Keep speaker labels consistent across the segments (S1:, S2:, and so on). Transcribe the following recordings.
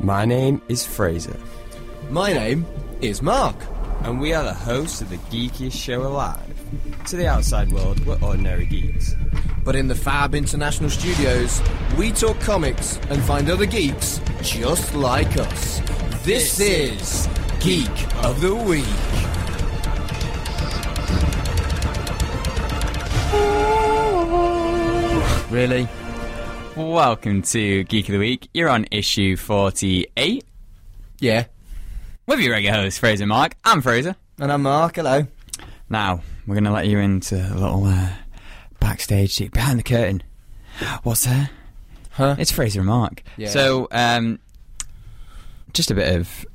S1: My name is Fraser,
S2: My name is Mark.
S1: and we are the hosts of the geekiest show alive. To the outside world, we're ordinary geeks.
S2: But in the Fab International Studios, we talk comics and find other geeks just like us. This is Geek of the Week.
S3: Really? Welcome to Geek of the Week. You're on issue 48
S2: Yeah.
S3: with your regular host, Fraser Mark. I'm Fraser.
S2: And I'm Mark. Hello.
S3: Now, we're going to let you into a little uh, backstage seat behind the curtain. What's there?
S2: Huh?
S3: It's Fraser and Mark.
S2: Yeah.
S3: So, um, just a bit of,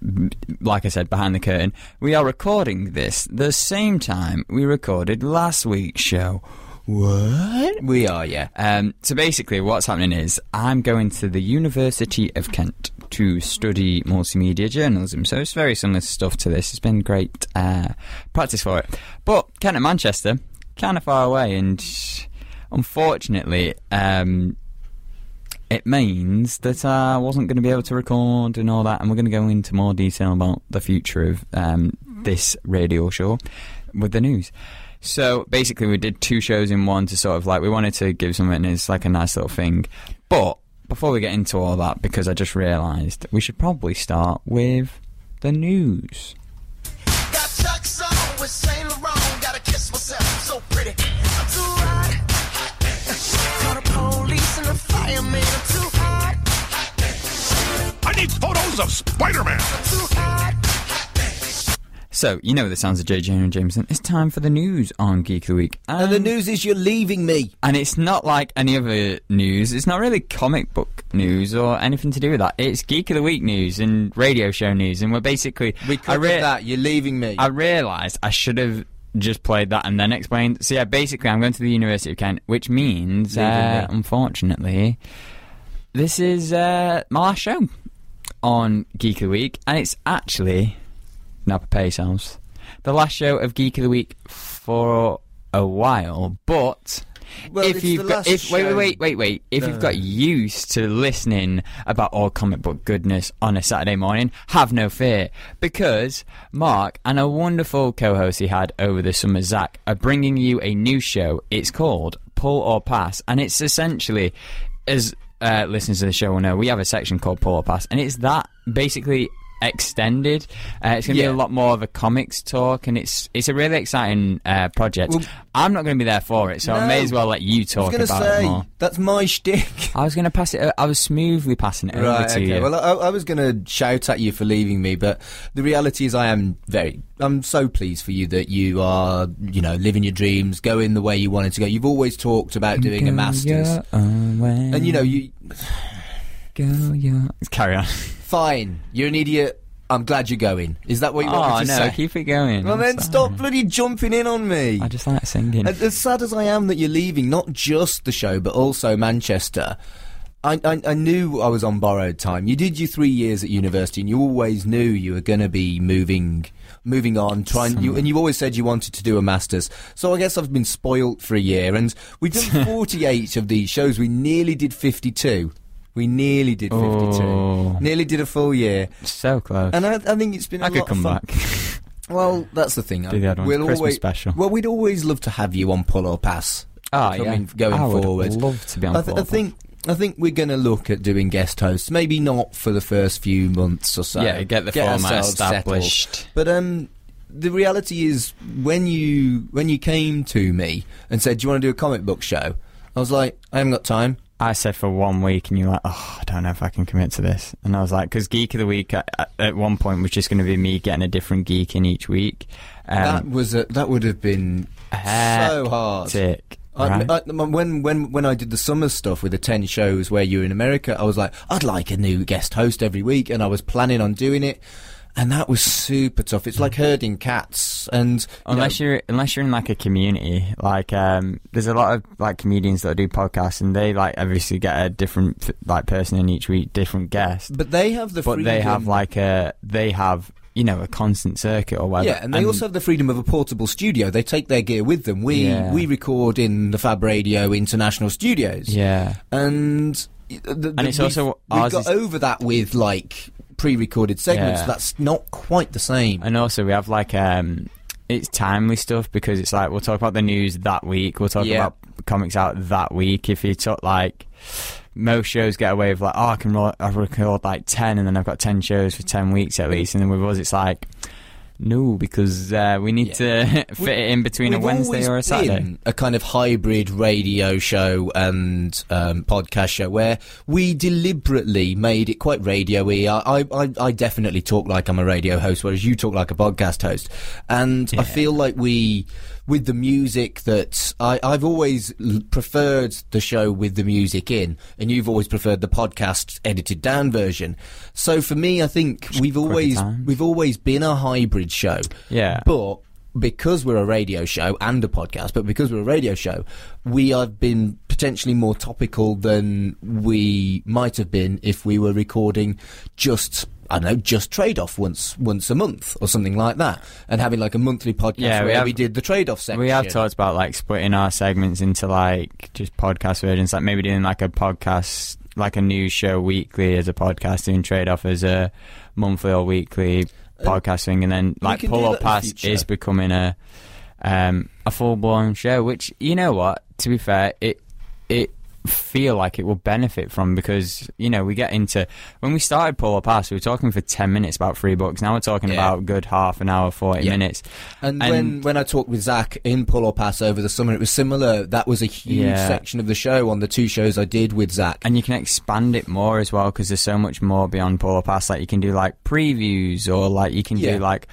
S3: like I said, behind the curtain. We are recording this the same time we recorded last week's show. What?
S2: We are, yeah.
S3: Um, so basically, what's happening is I'm going to the University of Kent to study multimedia journalism. So it's very similar stuff to this. It's been great uh, practice for it. But Kent and Manchester, kind of far away, and unfortunately, um, it means that I wasn't going to be able to record and all that. And we're going to go into more detail about the future of um, this radio show with the news. So basically, we did two shows in one to sort of like we wanted to give something as like a nice little thing. But before we get into all that, because I just realised we should probably start with the news.
S4: Got chucks on with Saint Laurent. Gotta kiss myself, so pretty. I'm too hot. Call the police and the fireman. I'm too hot.
S5: I need photos of Spider-Man.
S4: Too hot.
S3: So you know the sounds of JJ and Jameson. It's time for the news on Geek of the Week,
S2: And the news is you're leaving me.
S3: and it's not like any other news. It's not really comic book news or anything to do with that. It's Geek of the Week news and radio show news, and we're basically
S2: We
S3: I
S2: covered
S3: re-
S2: that. You're leaving me.
S3: I realised I should have just played that and then explained. So yeah, basically, I'm going to the University of Kent, which means, uh,
S2: Leaving
S3: unfortunately, this is uh, my last show on Geek of the Week, and it's actually now prepare yourselves the last show of Geek of the Week for a while, but.
S2: Well,
S3: if
S2: it's
S3: you've
S2: the
S3: got,
S2: last
S3: if, wait,
S2: show.
S3: wait, wait, wait, wait. If you've got used to listening about all comic book goodness on a Saturday morning, have no fear because Mark and a wonderful co-host he had over the summer, Zach, are bringing you a new show. It's called Pull or Pass, and it's essentially, as uh, listeners of the show will know, we have a section called Pull or Pass, and it's that basically extended. Uh, it's going to
S2: Yeah.
S3: be a lot more of a comics talk, and it's it's a really exciting uh, project.
S2: Well-
S3: I'm not going to be there for it, so I may
S2: No.
S3: as well let you talk
S2: I was gonna
S3: about
S2: say,
S3: it more.
S2: that's my shtick.
S3: I was going to pass it. o- I was smoothly passing it over
S2: Right.
S3: to
S2: Okay.
S3: you.
S2: Well, I, I was going to shout at you for leaving me, but the reality is, I am very. I'm so pleased for you that you are, you know, living your dreams, going the way you wanted to go. You've always talked about doing a masters, and you know, you
S3: go your... carry on.
S2: fine. You're an idiot. I'm glad you're going. Is that what you
S3: Oh no,
S2: wanted to say?
S3: keep it going.
S2: well,
S3: I'm
S2: then
S3: sorry.
S2: stop bloody jumping in on me.
S3: I just like singing.
S2: As- As sad as I am that you're leaving, not just the show, but also Manchester. I, I, I knew I was on borrowed time. You did your three years at university, and you always knew you were going to be moving, moving on. Trying, you, and you always said you wanted to do a masters. So I guess I've been spoilt for a year, and we've done 48 of these shows. We nearly did 52. We nearly did 52.
S3: Oh.
S2: Nearly did a full year,
S3: so close.
S2: and I, I think it's been. a
S3: I could
S2: lot of
S3: come
S2: fun.
S3: back.
S2: Well, that's the thing.
S3: Do the other ones. Christmas special.
S2: Well, we'd always love to have you on pull or pass.
S3: Ah, yeah.
S2: coming, Going
S3: I would
S2: forward.
S3: love to be on
S2: I, th-
S3: Pull
S2: I
S3: or Pass.
S2: think. I think we're going to look at doing guest hosts. Maybe not for the first few months or so.
S3: Yeah, get the format
S2: ourselves
S3: established.
S2: settled. But um, the reality is, when you when you came to me and said, "Do you want to do a comic book show?" I was like, "I haven't got time."
S3: I said for one week, and you were like, oh, I don't know if I can commit to this. And I was like, because Geek of the Week at, at one point was just going to be me getting a different geek in each week.
S2: that
S3: Um,
S2: was a, that would have been so hard.
S3: hectic,
S2: I,
S3: right?
S2: I, when when when I did the summer stuff with the ten shows where you were in America, I was like, I'd like a new guest host every week, and I was planning on doing it, and that was super tough. It's like herding cats, and you
S3: Mm. unless
S2: know,
S3: you're unless you're in like a community like um there's a lot of like comedians that do podcasts and they like obviously get a different like person in each week different guest
S2: but they have the
S3: but
S2: freedom.
S3: they have like a they have you know a constant circuit or whatever
S2: yeah, and they also have the freedom of a portable studio. They take their gear with them. We
S3: Yeah.
S2: we record in the Fab Radio International Studios,
S3: yeah
S2: and. The, the,
S3: And it's
S2: we've-
S3: also-
S2: we've
S3: ours
S2: got
S3: is-
S2: over that with like pre-recorded segments.
S3: Yeah.
S2: That's not quite the same.
S3: And also, we have like um, it's timely stuff because it's like we'll talk about the news that week. We'll talk
S2: Yeah.
S3: about comics out that week. If you took like most shows get away with like, oh, I can ro- I record like ten, and then I've got ten shows for ten weeks at least. And then with us, it's like. No, because uh, we need to fit
S2: We-
S3: it in between a
S2: We've
S3: Wednesday
S2: always
S3: or a Saturday.
S2: been a kind of hybrid radio show and um, podcast show where we deliberately made it quite radio-y. I, I- I, I definitely talk like I'm a radio host, whereas you talk like a podcast host. And I feel like we, with the music that I, I've always l- preferred the show with the music in, and you've always preferred the podcast edited down version. So for me, I think we've always
S3: times.
S2: we've always been a hybrid show.
S3: Yeah.
S2: But because we're a radio show and a podcast, but because we're a radio show, we have been potentially more topical than we might have been if we were recording just I don't know, just trade off once once a month or something like that, and having like a monthly podcast
S3: Yeah, we
S2: where
S3: have-
S2: we did the trade off section.
S3: We have talked about like splitting our segments into like just podcast versions, like maybe doing like a podcast, like a news show weekly as a podcast, doing trade off as a monthly or weekly podcast thing, and then like
S2: Uh, can do
S3: pull
S2: that
S3: up
S2: in the
S3: past
S2: future.
S3: is becoming a um, a full blown show. Which you know what, to be fair, it it feel like it will benefit from because you know we get into when we started pull up past we were talking for 10 minutes about free books now we're talking
S2: Yeah.
S3: about good half an hour 40
S2: Yeah.
S3: minutes
S2: And,
S3: And-
S2: when when I talked with Zach in Pull or Pass over the summer, it was similar. That was a huge
S3: Yeah.
S2: section of the show on the two shows I did with Zach.
S3: and you can expand it more as well because there's so much more beyond Polo Pass. Like you can do like previews or like you can
S2: Yeah.
S3: do like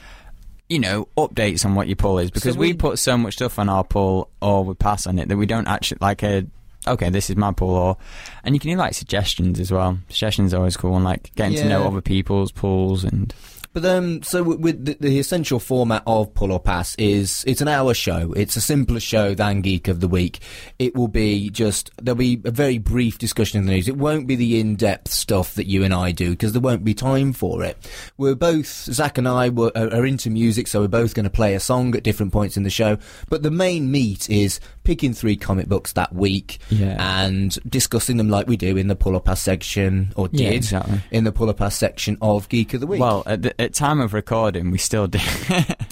S3: you know updates on what your pull is because we,
S2: we-
S3: put so much stuff on our pull or we pass on it that we don't actually like a okay this is my pull or and you can do like suggestions as well. Suggestions are always cool and like getting to know
S2: Yeah.
S3: other people's pulls and
S2: But um, so w- with the, the essential format of Pull or Pass is it's an hour show. It's a simpler show than Geek of the Week. It will be just there'll be a very brief discussion of the news. It won't be the in-depth stuff that you and I do because there won't be time for it. We're both Zach and I were, are, are into music, so we're both going to play a song at different points in the show. But the main meat is picking three comic books that week
S3: Yeah.
S2: and discussing them like we do in the Pull or Pass section or did
S3: Yeah, exactly.
S2: in the Pull or Pass section of Geek of the Week.
S3: well at, the, at time of recording we still do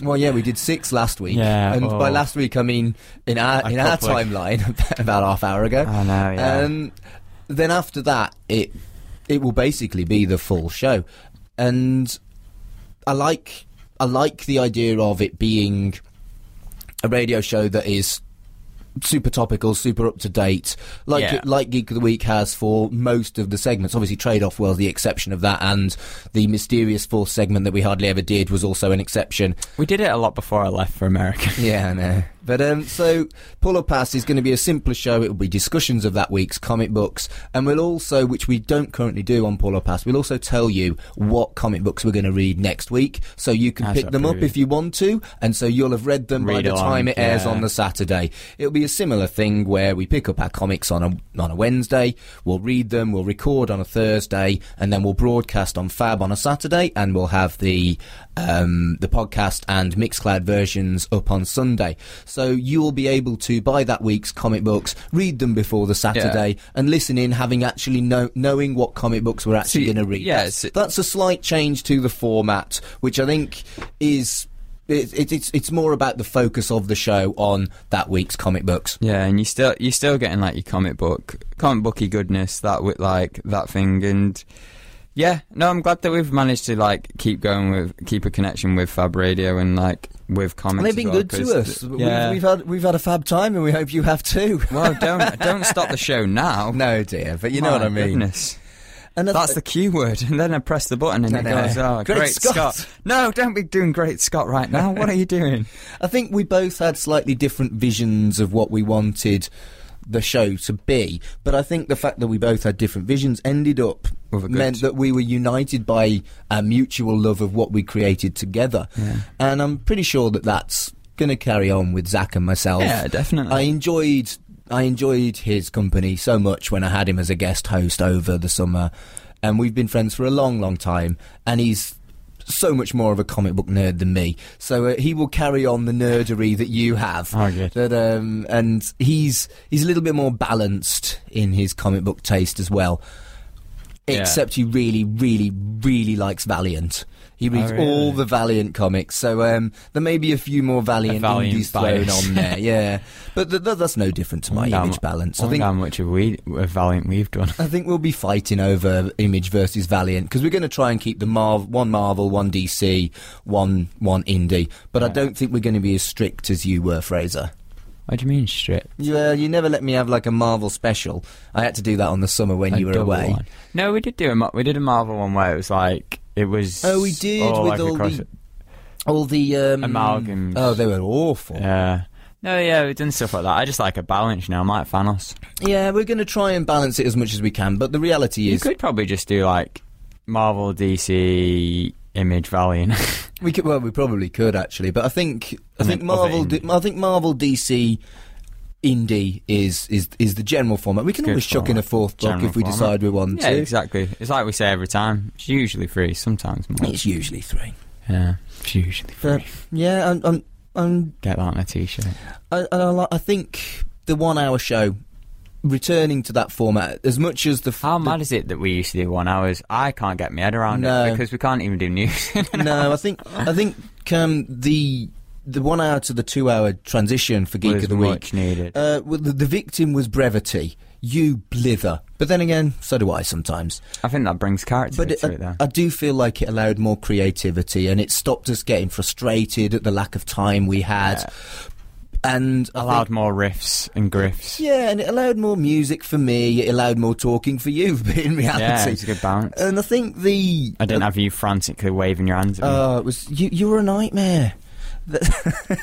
S2: Well, yeah, we did six last week,
S3: Yeah,
S2: and by
S3: oh.
S2: last week I mean in our
S3: A
S2: in our
S3: couple of-
S2: timeline about half hour ago.
S3: I know, yeah.
S2: Um, then after that, it it will basically be the full show, and I like I like the idea of it being a radio show that is super topical, super up to date, like
S3: Yeah.
S2: like Geek of the Week has for most of the segments. Obviously, Trade Off was the exception of that, and the mysterious fourth segment that we hardly ever did was also an exception.
S3: we did it a lot before I left for America.
S2: Yeah, I know. But um, so Pull Up Pass is going to be a simpler show. It will be discussions of that week's comic books, and we'll also, which we don't currently do on Pull Up Pass, we'll also tell you what comic books we're going to read next week, so you can
S3: That's
S2: pick them up
S3: approved.
S2: if you want to, and so you'll have read them by
S3: Read
S2: the
S3: along,
S2: time it airs
S3: yeah.
S2: on the Saturday. It'll be a similar thing where we pick up our comics on a on a Wednesday, we'll read them, we'll record on a Thursday, and then we'll broadcast on Fab on a Saturday, and we'll have the um, the podcast and Mixcloud versions up on Sunday. So you'll be able to buy that week's comic books, read them before the Saturday, and listen in, having actually know, knowing what comic books we're actually
S3: See,
S2: going to read.
S3: yeah,
S2: That's-
S3: it's-
S2: that's a slight change to the format, which I think is. It, it, it's it's more about the focus of the show on that week's comic books.
S3: Yeah, and you still you're still getting like your comic book, comic booky goodness that with like that thing, and yeah, no, I'm glad that we've managed to like keep going with keep a connection with Fab Radio and like with comics.
S2: And they've
S3: as
S2: been
S3: well,
S2: good to
S3: 'cause
S2: us.
S3: th-
S2: We've, we've had we've had a fab time, and we hope you have too.
S3: well, don't don't stop the show now.
S2: no, dear, but you know
S3: My
S2: what I mean.
S3: Goodness.
S2: And I-
S3: That's the key word, and then I press the button and
S2: No,
S3: it
S2: no.
S3: goes, "Oh,
S2: Great
S3: great,
S2: Scott.
S3: Scott. No, don't be doing great Scott right now. What are you doing?
S2: I think we both had slightly different visions of what we wanted the show to be, but I think the fact that we both had different visions ended up
S3: With a good-
S2: meant that we were united by a mutual love of what we created together, and I'm pretty sure that that's going to carry on with Zach and myself.
S3: Yeah, definitely.
S2: I enjoyed I enjoyed his company so much when I had him as a guest host over the summer, and we've been friends for a long, long time. And he's so much more of a comic book nerd than me, so uh, he will carry on the nerdery that you have.
S3: Oh, good.
S2: That um, and he's he's a little bit more balanced in his comic book taste as well. except he really, really, really likes Valiant. He reads
S3: Oh, really?
S2: all the Valiant comics, so um, there may be a few more Valiant,
S3: Valiant
S2: indies thrown
S3: bias.
S2: on there. Yeah, but th- th- that's no different to my
S3: Wonder how
S2: image
S3: mu-
S2: balance. I
S3: wonder
S2: think
S3: how much of we of Valiant we've done.
S2: I think we'll be fighting over Image versus Valiant because we're going to try and keep the Marv- one Marvel, one DC, one one indie. But I don't think we're going to be as strict as you were, Fraser.
S3: What do you mean strip?
S2: You, uh, you never let me have like a Marvel special. I had to do that on the summer when
S3: A
S2: you were
S3: double
S2: away.
S3: one. No, we did do a Mar- we did a Marvel one where it was like it was.
S2: Oh, we did
S3: all
S2: with
S3: like
S2: all
S3: across
S2: the
S3: it.
S2: all the um,
S3: Amalgams.
S2: Oh, they were awful. Yeah,
S3: Yeah. No, yeah, we've done stuff like that. I just like a balance now. I'm like Thanos.
S2: we're going to try and balance it as much as we can. But the reality
S3: You
S2: is,
S3: could probably just do like Marvel, DC, Image, Valiant.
S2: we could. Well, we probably could actually. But I think I
S3: And
S2: think
S3: then
S2: Marvel.
S3: other
S2: D- I think Marvel DC. Indie is, is is the general format. We can
S3: Good
S2: always chuck in a
S3: format.
S2: fourth block
S3: General
S2: if we
S3: format.
S2: decide we want
S3: yeah,
S2: to.
S3: exactly. It's like we say every time. It's usually free, sometimes more.
S2: It's usually three.
S3: Yeah, it's usually free.
S2: But yeah, I'm I'm, I'm
S3: Get that on a t-shirt.
S2: I, I, li- I think the one-hour show, returning to that format, as much as the f-
S3: How
S2: the-
S3: mad is it that we used to do one hours? I can't get my head around
S2: No.
S3: it because we can't even do news.
S2: no, I think I think um, the the one-hour to the two-hour transition for Geek
S3: Was
S2: of the Week.
S3: much needed.
S2: Uh, well, the, the victim was brevity. You blither, but then again, so do I sometimes.
S3: I think that brings character
S2: But uh, it,
S3: to it, though.
S2: I, I do feel like it allowed more creativity, and it stopped us getting frustrated at the lack of time we had. And I think-
S3: allowed more riffs and grifts.
S2: Yeah, and it allowed more music for me. It allowed more talking for you. In reality,
S3: Yeah, it's a good balance.
S2: And I think the
S3: I didn't have you frantically waving your hands at me.
S2: uh, it was you. You were a nightmare. The-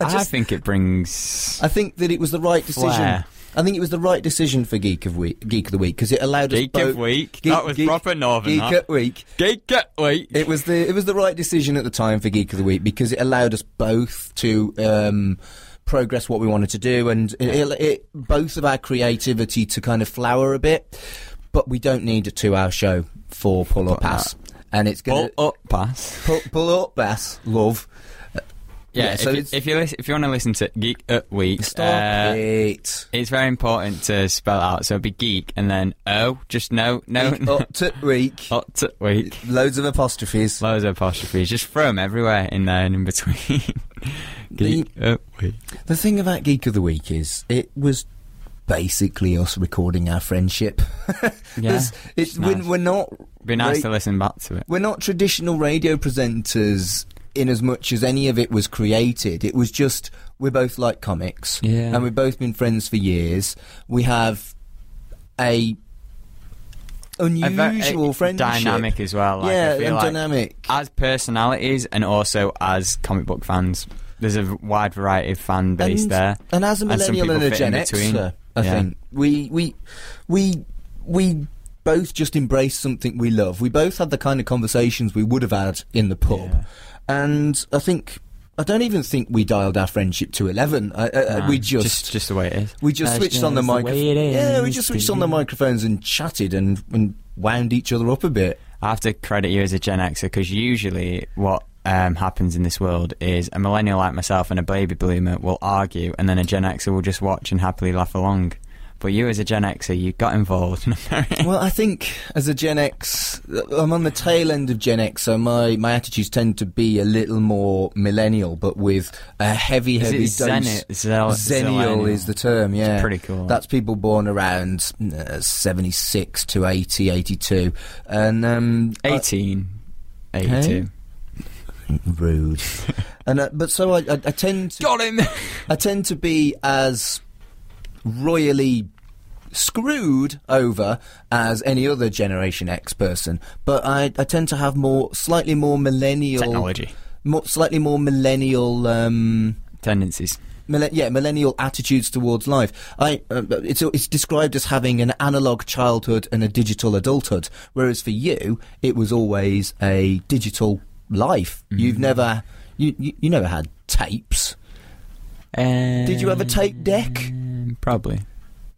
S3: I,
S2: I just-
S3: think it brings
S2: I think that it was the right decision.
S3: Flair.
S2: I think it was the right decision for Geek of Week, Geek of the Week, because it allowed us.
S3: Geek of
S2: both-
S3: Week? That was proper northern,
S2: Geek
S3: that.
S2: of Week.
S3: Geek Week.
S2: It was the it was the right decision at the time for Geek of the Week because it allowed us both to um, progress what we wanted to do and it, it, it both of our creativity to kind of flower a bit. But we don't need a two-hour show for pull up
S3: Fuck
S2: ass, and it's
S3: Pull
S2: going to
S3: up pass.
S2: pull, pull up ass love.
S3: Yeah,
S2: Yeah,
S3: if,
S2: so
S3: you,
S2: it's-
S3: if you listen, if you want to listen to Geek at Week,
S2: Stop
S3: uh,
S2: it.
S3: it's very important to spell out. So it'd be geek and then oh, just no, no,
S2: Geek
S3: no.
S2: up to week.
S3: Up to week.
S2: Loads of apostrophes.
S3: Loads of apostrophes. Just throw 'em everywhere in there and in between. geek at Week.
S2: The thing about Geek of the Week is it was basically us recording our friendship.
S3: Yeah,
S2: There's- it's,
S3: it's
S2: we're,
S3: nice.
S2: we're not
S3: Be nice
S2: ra-
S3: to listen back to it.
S2: we're not traditional radio presenters in as much as any of it was created. It was just we're both like comics,
S3: Yeah.
S2: and we've both been friends for years. We have a
S3: A ve- a
S2: unusual friendship,
S3: Dynamic as well. Like,
S2: yeah,
S3: I feel
S2: and
S3: like
S2: dynamic.
S3: as personalities and also as comic book fans. There's a wide variety of fan base
S2: and,
S3: there.
S2: And as a
S3: And some
S2: millennial and,
S3: people
S2: a
S3: fit in
S2: Gen
S3: between.
S2: Xer, I
S3: Yeah.
S2: think we we we we both just embrace something we love. We both had the kind of conversations we would have had in the pub,
S3: Yeah.
S2: and I think. I don't even think we dialed our friendship to eleven. I, I,
S3: Nah,
S2: we
S3: just the way it is.
S2: we just
S3: That's
S2: switched on the
S3: just way
S2: microphone.
S3: it
S2: Yeah, we
S3: is
S2: just
S3: to
S2: switched on the
S3: you.
S2: microphones and chatted and, and wound each other up a bit.
S3: I have to credit you as a Gen Xer because usually what um, happens in this world is a millennial like myself and a baby bloomer will argue, and then a Gen Xer will just watch and happily laugh along. But you, as a Gen Xer, you got involved.
S2: Well, I think as a Gen X, uh, I'm on the tail end of Gen X, so my, my attitudes tend to be a little more millennial, but with a heavy,
S3: Is
S2: heavy
S3: it
S2: dose.
S3: zeni- zel-
S2: Zenial
S3: zillennial?
S2: is the term, yeah.
S3: pretty cool.
S2: That's people born around uh, 76 to 80, 82. And, um, I-
S3: Eighteen, eighty-two.
S2: rude. and uh, But so I, I, I tend to.
S3: Got him!
S2: I tend to be as royally screwed over as any other Generation X person, but I, I tend to have more, slightly more millennial
S3: Technology.
S2: more, slightly more millennial. Um,
S3: Tendencies.
S2: Millen- yeah, millennial attitudes towards life. I, uh, it's, it's described as having an analog childhood and a digital adulthood, whereas for you, it was always a digital life. You've never, you, you, you never had tapes.
S3: Um,
S2: Did you have a tape deck?
S3: Probably.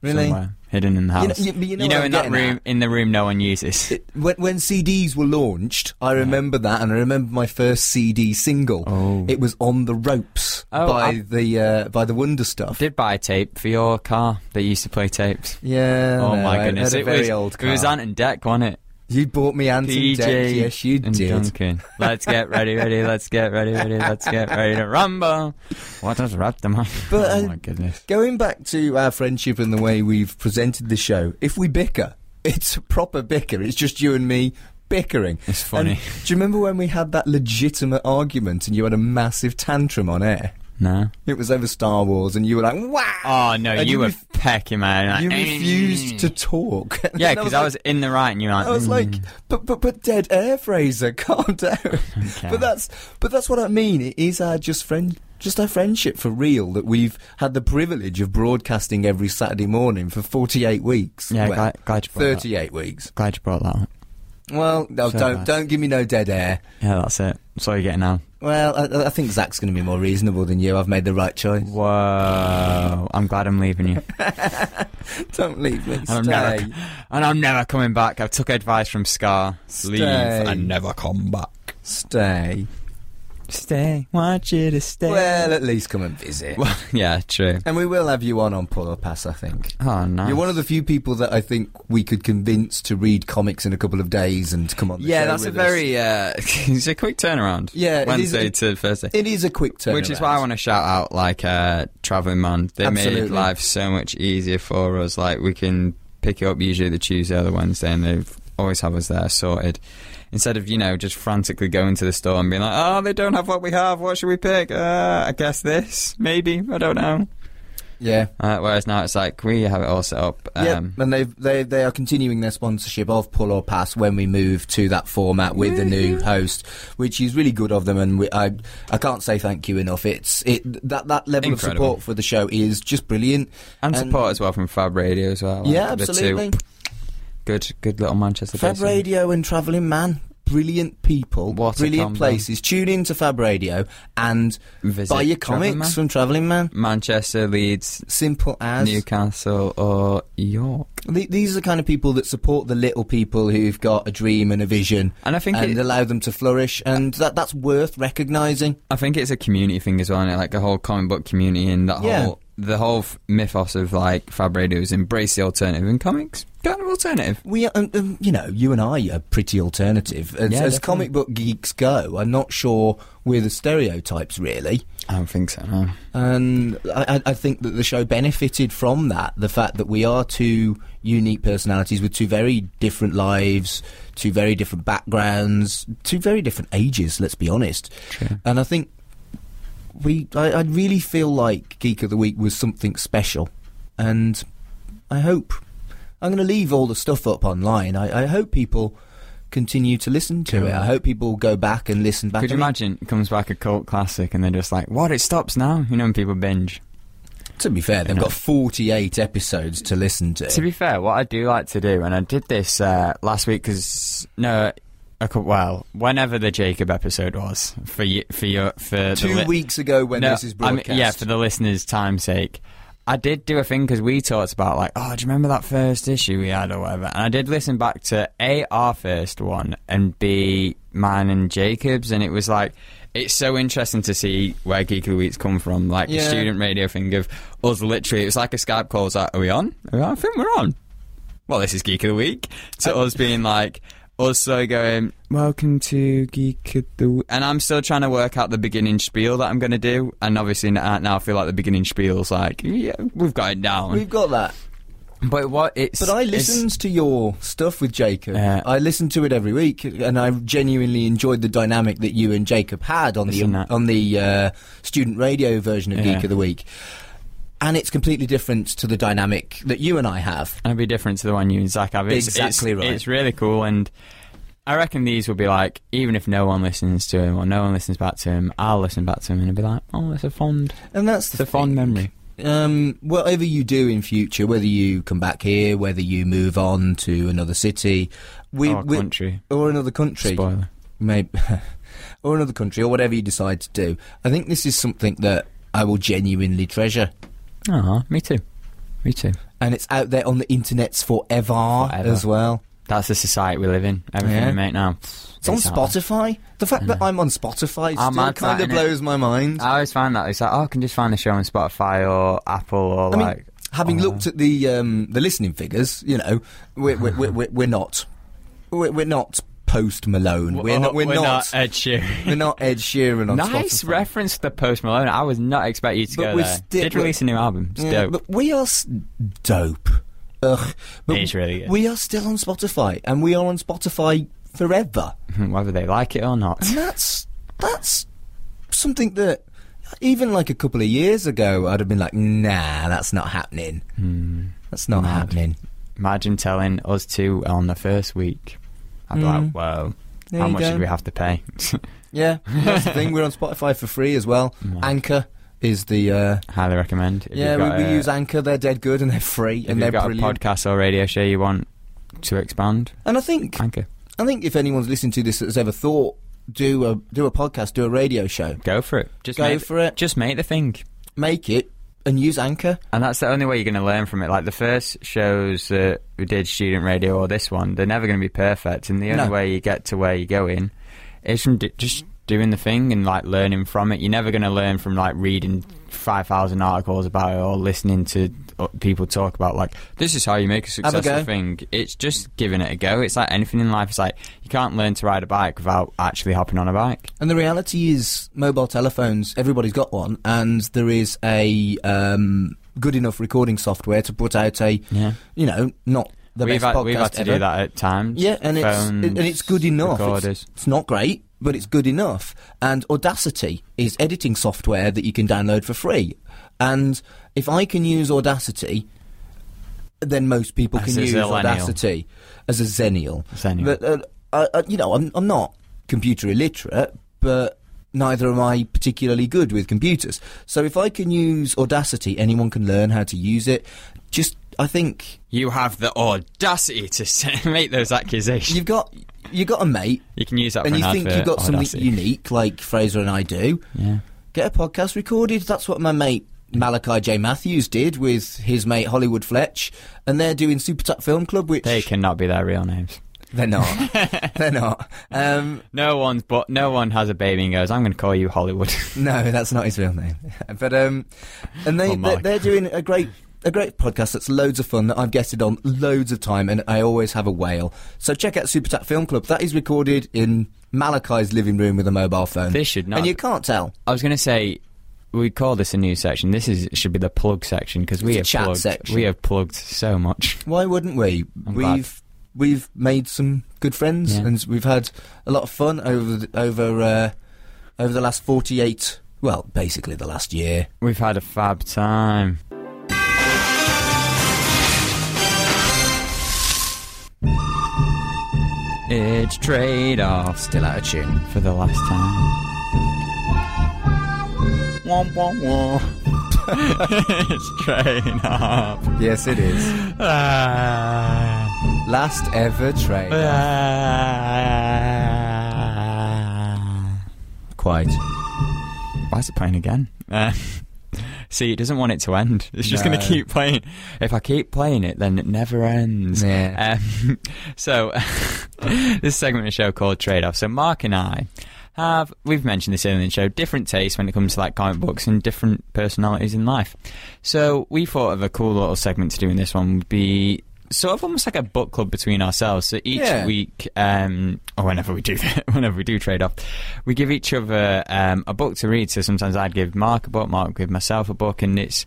S2: Really?
S3: somewhere hidden in the
S2: You know-
S3: house.
S2: you- but you know what
S3: in
S2: I'm
S3: that
S2: getting
S3: room, in the room no one uses.
S2: It- when, when CDs were launched, I remember that, and I remember my first CD single.
S3: Oh.
S2: It was on the ropes
S3: Oh,
S2: by
S3: I-
S2: the uh, by the Wonder Stuff.
S3: Did buy a tape for your car that used to play tapes.
S2: yeah.
S3: oh
S2: no, I
S3: my
S2: had
S3: goodness,
S2: a
S3: it
S2: very
S3: was
S2: old.
S3: it was
S2: car.
S3: Ant and Deck, wasn't it?
S2: You bought me Ant and
S3: PJ
S2: Deck. Yes, you
S3: and
S2: did.
S3: Duncan. Let's get ready, ready. Let's get ready, ready. Let's get ready to rumble. What does rap the mind?
S2: But,
S3: oh
S2: uh,
S3: my goodness.
S2: Going back to our friendship and the way we've presented the show, if we bicker, it's a proper bicker. It's just you and me bickering.
S3: It's funny.
S2: And do you remember when we had that legitimate argument and you had a massive tantrum on air?
S3: No.
S2: It was over Star Wars, and you were like, "Wow!"
S3: Oh no,
S2: And
S3: you,
S2: you
S3: were
S2: ref-
S3: pecking man. Like,
S2: you refused to talk. And
S3: Yeah,
S2: then
S3: because I was
S2: like-
S3: in the right, and you were like.
S2: I was
S3: "Mm."
S2: like, but but but dead air, Fraser, calm down. But that's but that's what I mean. It is our just friend, just our friendship for real that we've had the privilege of broadcasting every Saturday morning for forty eight weeks.
S3: Yeah,
S2: Well,
S3: glad, glad you brought that.
S2: thirty eight weeks.
S3: Glad you brought that. Up.
S2: Well, no,
S3: So
S2: don't
S3: nice.
S2: don't give me no dead air.
S3: Yeah, that's it. So you're getting on.
S2: Well, I, I think Zach's going to be more reasonable than you. I've made the right choice.
S3: Whoa! I'm glad I'm leaving you,
S2: Don't leave me.
S3: I'm
S2: Stay.
S3: never- and I'm never coming back. I took advice from Scar. Leave
S2: Stay.
S3: and never come back.
S2: Stay.
S3: Stay. Want you to stay.
S2: Well, at least come and visit.
S3: Well, uh, yeah, true.
S2: And we will have you on on Pull or Pass, I think.
S3: Oh, nice.
S2: You're one of the few people that I think we could convince to read comics in a couple of days and to come on. The
S3: yeah,
S2: show
S3: that's a
S2: with us.
S3: very uh, it's a quick turnaround.
S2: Yeah, it
S3: Wednesday
S2: is-
S3: to Thursday.
S2: It is a quick turn,
S3: Which is why I want to shout out like uh, Traveling Man. They made
S2: Absolutely.
S3: life so much easier for us. Like we can pick it up usually the Tuesday or the Wednesday, and they always have us there sorted. Instead of you know just frantically going to the store and being like, oh, they don't have what we have. What should we pick? Uh, I guess this, maybe. I don't know.
S2: Yeah,
S3: Uh, whereas now it's like we have it all set up. Um,
S2: yeah, and they they they are continuing their sponsorship of Pull or Pass when we move to that format with the new host, which is really good of them, and we, I I can't say thank you enough. It's it that that level
S3: Incredible.
S2: of support for the show is just brilliant
S3: And support as well from Fab Radio as well. like
S2: yeah,
S3: the two
S2: absolutely.
S3: Good, good little Manchester.
S2: Fab
S3: based-
S2: Radio and Travelling Man. Brilliant people,
S3: What a
S2: brilliant
S3: combo.
S2: places. Tune in to Fab Radio and
S3: Visit
S2: buy your
S3: Travelling
S2: comics
S3: Man.
S2: from Travelling Man.
S3: Manchester, Leeds,
S2: Simple as
S3: Newcastle, or York.
S2: Th- these are the kind of people that support the little people who've got a dream and a vision,
S3: And I think
S2: and
S3: it-
S2: allow them to flourish, and that that's worth recognising.
S3: I think it's a community thing as well, and like a whole comic book community and that
S2: Yeah.
S3: whole the whole f- mythos of like Fab Radio is embrace the alternative in comics. Kind of alternative.
S2: We, are- um, um, you know, you and I are pretty alternative as,
S3: Yeah,
S2: as
S3: definitely.
S2: comic book geeks go. I'm not sure we're the stereotypes really,
S3: I don't think so. No.
S2: and I, I- I think that the show benefited from that. The fact that we are two unique personalities with two very different lives, two very different backgrounds, two very different ages. Let's be honest.
S3: True.
S2: And I think we, I, I really feel like Geek of the Week was something special, and I hope I'm going to leave all the stuff up online. I, I hope people continue to listen to it. I hope people go back and listen back.
S3: Could you
S2: I mean,
S3: imagine? It comes back a cult classic, and they're just like, "What? It stops now." You know, and people binge.
S2: To be fair, they've
S3: Yeah.
S2: got 48 episodes to listen to.
S3: To be fair, what I do like to do, and I did this uh, last week because no, a cou- well, whenever the Jacob episode was for you, for your for the
S2: Two
S3: li-
S2: weeks ago when
S3: No,
S2: this is
S3: I mean,
S2: broadcast.
S3: yeah, for the listeners' time's sake. I did do a thing because we talked about like, oh, do you remember that first issue we had or whatever? And I did listen back to a our first one and b mine and Jacobs, and it was like, it's so interesting to see where Geek of the Week's come from, like the
S2: Yeah.
S3: student radio thing of us literally. It was like a Skype call. It's like, are we on? Are we on? I think we're on. Well, this is Geek of the Week. To
S2: Uh,
S3: us being like, us so going, welcome to Geek of the Week. And I'm still trying to work out the beginning spiel that I'm going to do. And obviously, n- uh, now I feel like the beginning spiel's like, yeah, we've got it down.
S2: We've got that.
S3: but what it's.
S2: But I
S3: it's-
S2: listened to your stuff with Jacob.
S3: Yeah.
S2: I listened to it every week, and I genuinely enjoyed the dynamic that you and Jacob had on
S3: Isn't
S2: the
S3: that-
S2: on the uh, student radio version of
S3: Yeah.
S2: Geek of the Week. And it's completely different to the dynamic that you and I have.
S3: and it'd be different to the one you and Zach have. It's,
S2: Exactly
S3: it's,
S2: right.
S3: It's really cool, and I reckon these will be like, even if no one listens to him or no one listens back to him, I'll listen back to him and it'll be like, oh, it's a fond,
S2: And that's
S3: it's
S2: the
S3: a fond memory.
S2: Um, whatever you do in future, whether you come back here, whether you move on to another city, we,
S3: Our
S2: we-
S3: country.
S2: or another country,
S3: Spoiler.
S2: maybe, or another country, or whatever you decide to do. I think this is something that I will genuinely treasure.
S3: Aw, me too. Me too.
S2: and it's out there on the internets forever,
S3: Forever.
S2: as well.
S3: That's the society we live in. Everything
S2: Yeah.
S3: we make now.
S2: It's on
S3: out there.
S2: Spotify. The fact that I'm on Spotify
S3: I'm
S2: still
S3: mad for
S2: kind
S3: that,
S2: of
S3: innit? Uh,
S2: blows my mind.
S3: I always find that it's like, oh, I can just find the show on Spotify or Apple or
S2: I mean,
S3: like.
S2: having
S3: oh.
S2: looked at the um, the listening figures, you know, we're we're, we're, we're, we're not we're, we're not post Malone. We're not. We're, not.
S3: Ed Sheeran.
S2: we're not Ed Sheeran on
S3: uh, Nice
S2: Spotify.
S3: reference to Post Malone. I was not expecting you to
S2: But
S3: go
S2: we're
S3: there.
S2: sti-
S3: Did
S2: we're-
S3: release a new album. It's
S2: Yeah,
S3: dope.
S2: But we are s- dope. Ugh. But
S3: It is really good.
S2: We are still on Spotify, and we are on Spotify forever.
S3: Whether they like it or not.
S2: And that's that's something that even like a couple of years ago, I'd have been like, nah, that's not happening. That's not happening.
S3: Hmm. Imagine telling us two on the first week. I'd be
S2: Mm.
S3: like, whoa.
S2: There
S3: how
S2: you
S3: much
S2: go.
S3: did we have to pay?
S2: Yeah, that's the thing. We're on Spotify for free as well. Anchor is the uh,
S3: Highly recommend. If
S2: yeah.
S3: you've got
S2: we, we
S3: a-
S2: use Anchor. They're dead good and they're free
S3: If
S2: and they're
S3: you've got
S2: brilliant.
S3: a podcast or radio show you want to expand,
S2: and I think
S3: Anchor.
S2: I think if anyone's listened to this that has ever thought do a do a podcast, do a radio show,
S3: Go for it. Just
S2: Go
S3: make,
S2: for it.
S3: Just make the thing.
S2: make it and use Anchor.
S3: And that's the only way you're going to learn from it. Like the first shows that we did, student radio or this one, they're never going to be perfect. And the only
S2: No.
S3: way you get to where you're going is from d- just doing the thing and like learning from it. You're never going to learn from like reading 5,000 articles about it or listening to uh, people talk about like, this is how you make a
S2: a
S3: successful
S2: go.
S3: thing. It's just giving it a go. It's like anything in life. It's like you can't learn to ride a bike without actually hopping on a bike.
S2: And the reality is, mobile telephones, everybody's got one, and there is a um, good enough recording software to put out a,
S3: Yeah.
S2: you know, not the
S3: we've,
S2: best
S3: had,
S2: podcast
S3: we've had to
S2: ever.
S3: do that at times.
S2: Yeah, and it's
S3: Phones,
S2: and it's good enough.
S3: recorders.
S2: It's, it's not great, but it's good enough. And Audacity is editing software that you can download for free. And if I can use Audacity, then most people
S3: As
S2: can
S3: a
S2: use
S3: Zillennial.
S2: Audacity as a zennial.
S3: Zennial.
S2: But uh, I, I, you know, I'm I'm not computer illiterate, but neither am I particularly good with computers. So if I can use Audacity, anyone can learn how to use it. Just I think
S3: You have the audacity to s- make those accusations.
S2: you've got you got a mate
S3: you can use that for
S2: and you
S3: an
S2: think
S3: advert,
S2: you've got something
S3: audacity.
S2: unique like Fraser and I do,
S3: Yeah.
S2: get a podcast recorded. That's what my mate Malachi J. Matthews did with his mate Hollywood Fletch, and they're doing Super Tuck Film Club, which
S3: They cannot be their real names.
S2: are not. they're not. Um,
S3: No one's but no one has a baby and goes, I'm going to call you Hollywood.
S2: no, that's not his real name. but um, and they
S3: Or
S2: they're,
S3: Mike.
S2: they're doing a great. A great podcast that's loads of fun that I've guested on loads of time and I always have a whale. So check out Super Tuck Film Club. That is recorded in Malachi's living room with a mobile phone.
S3: This should not-
S2: And you can't tell.
S3: I was going to say we call this a new section. This is should be the plug section because
S2: It's
S3: we
S2: a
S3: have
S2: chat
S3: plugged,
S2: section.
S3: we have plugged so much.
S2: Why wouldn't we?
S3: I'm
S2: we've we've made some good friends
S3: Yeah.
S2: and we've had a lot of fun over the, over uh, over the last 48 well, basically the last year.
S3: We've had a fab time. It's trade offs. Still out of tune. For the last time. Wah, wah, wah. it's trade off.
S2: Yes, it is.
S3: Ah.
S2: last ever train.
S3: Ah.
S2: Quite.
S3: Why is it playing again? Uh, see, it doesn't want it to end. It's just going
S2: No.
S3: to keep playing. If I keep playing it, then it never ends.
S2: Yeah.
S3: Um, so, this segment of the show called Trade Off. So, Mark and I have, we've mentioned this earlier in the show, different tastes when it comes to like comic books and different personalities in life. So, we thought of a cool little segment to do in this one would be. Sort of almost like a book club between ourselves. So each
S2: Yeah.
S3: week, um, or whenever we do, whenever we do trade off, we give each other um, a book to read. So sometimes I'd give Mark a book, Mark would give myself a book, and it's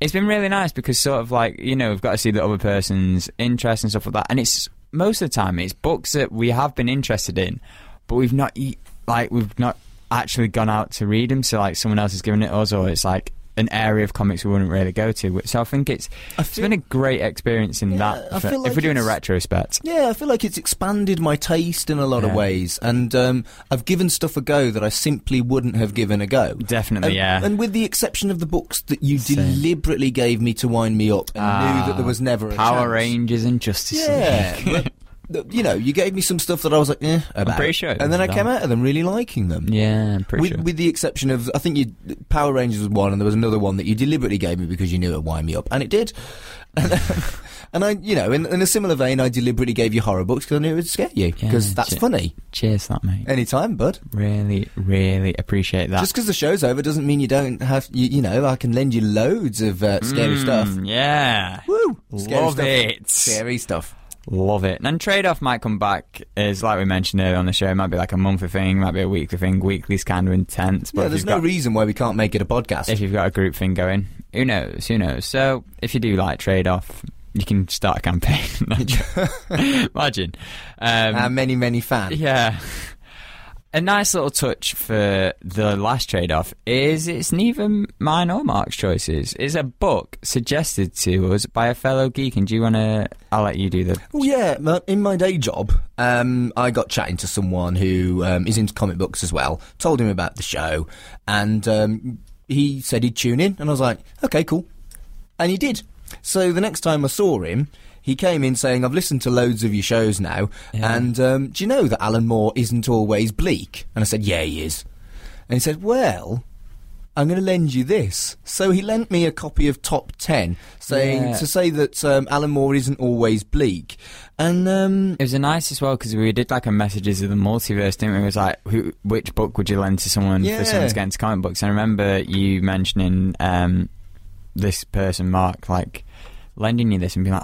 S3: it's been really nice because sort of like you know we've got to see the other person's interest and stuff like that. And it's most of the time it's books that we have been interested in, but we've not e- like we've not actually gone out to read them. So like someone else has given it us, or it's like an area of comics we wouldn't really go to. So I think it's it's
S2: feel-
S3: been a great experience in
S2: Yeah,
S3: that.
S2: I
S3: if-
S2: feel
S3: if
S2: like
S3: we're doing a
S2: it's-
S3: retrospect,
S2: Yeah, I feel like it's expanded my taste in a lot of
S3: Yeah.
S2: ways, and um, I've given stuff a go that I simply wouldn't have given a go.
S3: Definitely,
S2: and,
S3: yeah.
S2: And with the exception of the books that you
S3: Same.
S2: deliberately gave me to wind me up, and
S3: Ah,
S2: knew that there was never a
S3: Power
S2: chance.
S3: Rangers and Justice League.
S2: Yeah, but, th- you know, you gave me some stuff that I was like, eh, about.
S3: pretty sure it
S2: And then I
S3: was
S2: came
S3: that.
S2: out of them really liking them.
S3: Yeah, I'm pretty
S2: With,
S3: sure.
S2: with the exception of, I think you Power Rangers was one, and there was another one that you deliberately gave me because you knew it wound me up, and it did. And I, you know, in, in a similar vein, I deliberately gave you horror books because I knew it would scare you
S3: Yeah,
S2: because that's
S3: shit.
S2: funny.
S3: Cheers, that mate.
S2: Anytime, bud.
S3: Really, really appreciate that.
S2: Just because the show's over doesn't mean you don't have, you, you know, I can lend you loads of uh, scary stuff.
S3: Mm, yeah.
S2: Woo!
S3: Love
S2: stuff.
S3: it.
S2: Scary stuff.
S3: Love it. And trade off might come back as like we mentioned earlier on the show, it might be like a monthly thing, might be a weekly thing. Weekly's kind of intense, but
S2: Yeah,
S3: if
S2: there's
S3: you've
S2: no
S3: got-
S2: reason why we can't make it a podcast.
S3: if you've got a group thing going, who knows? Who knows? So if you do like trade off, you can start a campaign. Imagine. Um,
S2: Our Uh, many, many fans.
S3: yeah. A nice little touch for the last trade off is it's neither mine or Mark's choices. It's a book suggested to us by a fellow geek. And do you want to? I'll let you do the.
S2: Well, yeah, my- in my day job, um, I got chatting to someone who um, is into comic books as well. Told him about the show, and um, he said he'd tune in, and I was like, okay, cool. And he did. So the next time I saw him, he came in saying, I've listened to loads of your shows now,
S3: Yeah.
S2: and um, do you know that Alan Moore isn't always bleak? And I said, yeah, he is. And he said, well. I'm going to lend you this. So he lent me a copy of Top Ten, saying
S3: Yeah.
S2: to say that um, Alan Moore isn't always bleak, and um,
S3: It was a nice as well because we did like a messages of the multiverse, didn't we? It was like, who, which book would you lend to someone
S2: Yeah.
S3: for someone to get into comic books? And I remember you mentioning um, this person, Mark, like lending you this and being like,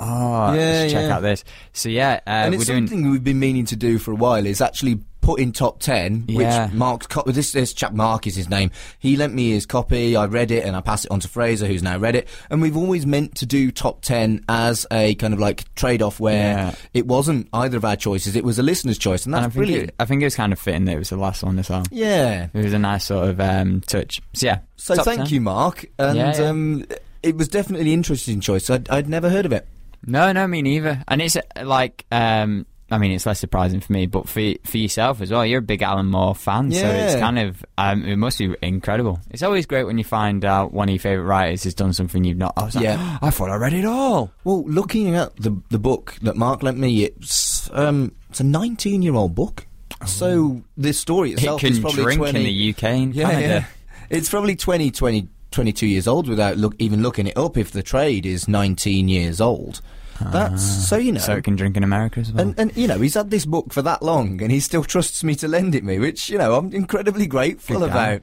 S2: Yeah,
S3: oh, let's check
S2: yeah.
S3: out this. So yeah, uh,
S2: and
S3: we're
S2: it's
S3: doing.
S2: something we've been meaning to do for a while is actually put in Top Ten,
S3: Yeah.
S2: which Mark's co- this this chap Mark is his name. He lent me his copy. I read it and I passed it on to Fraser, who's now read it. And we've always meant to do Top Ten as a kind of like trade off where
S3: Yeah.
S2: it wasn't either of our choices. It was a listener's choice, and that's
S3: and I think
S2: brilliant.
S3: It, I think it was kind of fitting that it was the last one as well.
S2: yeah,
S3: It was a nice sort of um, touch. So yeah.
S2: So
S3: top
S2: thank
S3: 10.
S2: you, Mark. And
S3: Yeah, yeah.
S2: Um, it was definitely an interesting choice. I'd, I'd never heard of it.
S3: No, no, me neither. And it's uh, like, um, I mean, it's less surprising for me, but for for yourself as well. You're a big Alan Moore fan, so it's
S2: Yeah.
S3: kind of um, it must be incredible. It's always great when you find out one of your favorite writers has done something you've not. I was like,
S2: Yeah.
S3: I thought I read it all.
S2: Well, looking at the the book that Mark lent me, it's um, it's a 19 year old book. So the story
S3: It
S2: itself
S3: can
S2: is probably
S3: drink
S2: 20.
S3: in the UK and
S2: yeah,
S3: Canada.
S2: yeah. It's probably 20, 20, 22 years old without look even looking it up. If the trade is 19 years old, that's so you know.
S3: Ah, So it can drink in America as well.
S2: and, and you know he's had this book for that long, and he still trusts me to lend it me, which you know I'm incredibly grateful
S3: Good guy.
S2: about.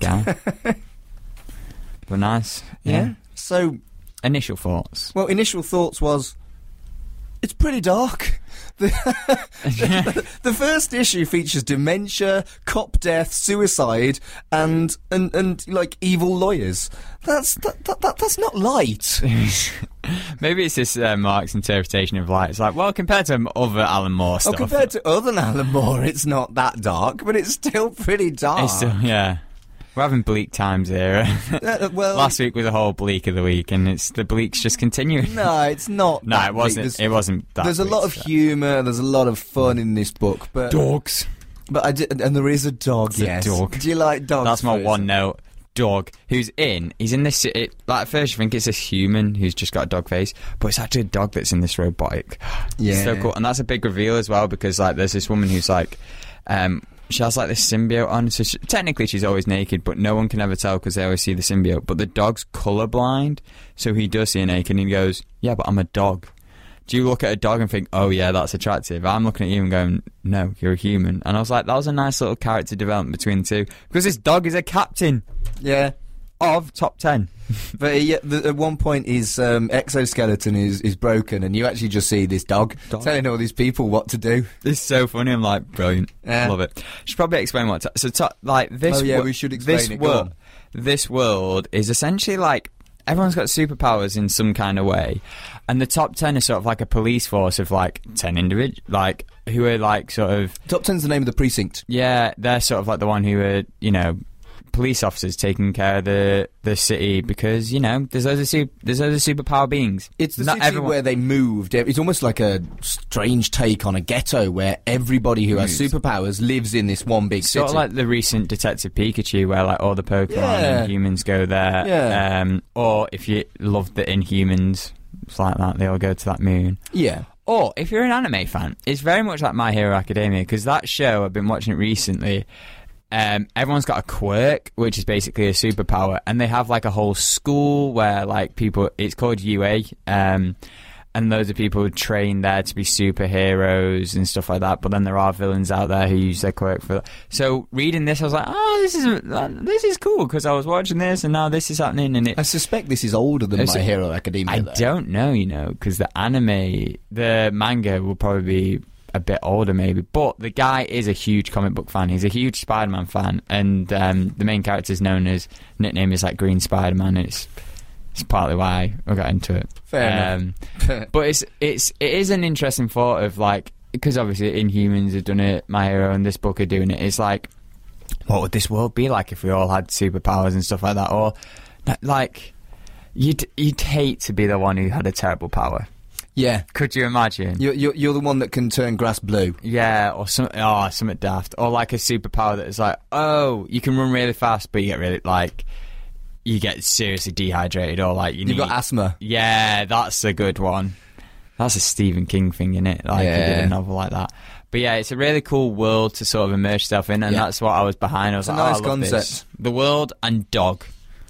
S3: guy. but nice.
S2: yeah. So
S3: Initial thoughts.
S2: Well, initial thoughts was it's pretty dark. The, the first issue features dementia, cop death, suicide, and and, and like evil lawyers. That's that, that, that, that's not light.
S3: Maybe it's this uh, Mark's interpretation of light. It's like, well, compared to m- other Alan Moore
S2: Oh,
S3: stuff,
S2: compared to other Alan Moore, it's not that dark, but it's still pretty dark.
S3: it's still, yeah, we're having bleak times here.
S2: Uh, well,
S3: Last week was a whole bleak of the week, and it's the bleaks just continuing.
S2: no, it's not.
S3: No,
S2: that
S3: it
S2: bleak.
S3: wasn't.
S2: There's,
S3: It wasn't that.
S2: there's a lot of
S3: bleak.
S2: humour. There's a lot of fun in this book, but
S3: dogs.
S2: but I did, and there is a dog.
S3: a
S2: yes,
S3: dog.
S2: do you like dogs?
S3: That's my
S2: Fraser?
S3: one note. Dog who's in. He's in this. It, like at first you think it's a human who's just got a dog face, but it's actually a dog that's in this robotic. It's so
S2: Yeah.
S3: cool, and that's a big reveal as well because like there's this woman who's like, um, she has like this symbiote on. So she, technically she's always naked, but no one can ever tell because they always see the symbiote. But the dog's colorblind, so he does see her naked, and he goes, "Yeah, but I'm a dog." Do you look at a dog and think, "Oh yeah, that's attractive"? I'm looking at you and going, "No, you're a human." And I was like, that was a nice little character development between the two because this dog is a captain
S2: Yeah.
S3: of top ten.
S2: But uh, yeah, the, at one point his um, exoskeleton is, is broken, and you actually just see this dog,
S3: Dog.
S2: telling all these people what to do.
S3: It's so funny. I'm like, brilliant.
S2: Yeah.
S3: Love it. Should probably explain what. so, to- like this.
S2: Oh, yeah,
S3: wo-
S2: we should explain
S3: this
S2: it. Go
S3: World,
S2: on.
S3: this world is essentially like everyone's got superpowers in some kind of way, and the top ten is sort of like a police force of like ten individuals, like who are like sort of
S2: Top ten's the name of the precinct.
S3: yeah, they're sort of like the one who are, you know, police officers taking care of the the city because you know there's loads of super, there's loads of superpower beings.
S2: It's the
S3: Not
S2: city
S3: everyone-
S2: where they moved. It's almost like a strange take on a ghetto where everybody who has
S3: Moves.
S2: superpowers lives in this one big
S3: Sort
S2: city.
S3: of like the recent Detective Pikachu, where like all the Pokemon
S2: Yeah.
S3: and humans go there.
S2: Yeah.
S3: Um, or if you love the Inhumans, it's like that. They all go to that moon.
S2: yeah.
S3: Or Oh, if you're an anime fan, it's very much like My Hero Academia because that show I've been watching it recently. um, everyone's got a quirk, which is basically a superpower, and they have like a whole school where like people. It's called UA, um, and loads of people are trained there to be superheroes and stuff like that. But then there are villains out there who use their quirk for. That. So reading this, I was like, oh, this is uh, this is cool because I was watching this and now this is happening, and it
S2: I suspect this is older than
S3: It's-
S2: My Hero Academia.
S3: I
S2: though.
S3: don't know, you know, because the anime, the manga will probably be a bit older, maybe. But the guy is a huge comic book fan. He's a huge Spider-Man fan, and um, the main character is known as nickname is like Green Spider-Man. And it's it's partly why I got into it.
S2: Fair
S3: um, but it's it's it is an interesting thought of like because obviously Inhumans have done it, My Hero and this book are doing it. It's like what would this world be like if we all had superpowers and stuff like that? Or n- like you'd you'd hate to be the one who had a terrible power.
S2: Yeah,
S3: Could you imagine?
S2: you're, you're you're the one that can turn grass blue.
S3: yeah, or some oh something daft, or like a superpower that is like oh you can run really fast, but you get really like you get seriously dehydrated, or like you
S2: You've
S3: need,
S2: got asthma.
S3: yeah, that's a good one. That's a Stephen King thing, in it? Like he did
S2: Yeah.
S3: a novel like that. But yeah, it's a really cool world to sort of immerse yourself in, and
S2: Yeah.
S3: that's what I was behind. I was
S2: It's a
S3: like, oh,
S2: nice
S3: I love this.
S2: concept.
S3: The world and dog.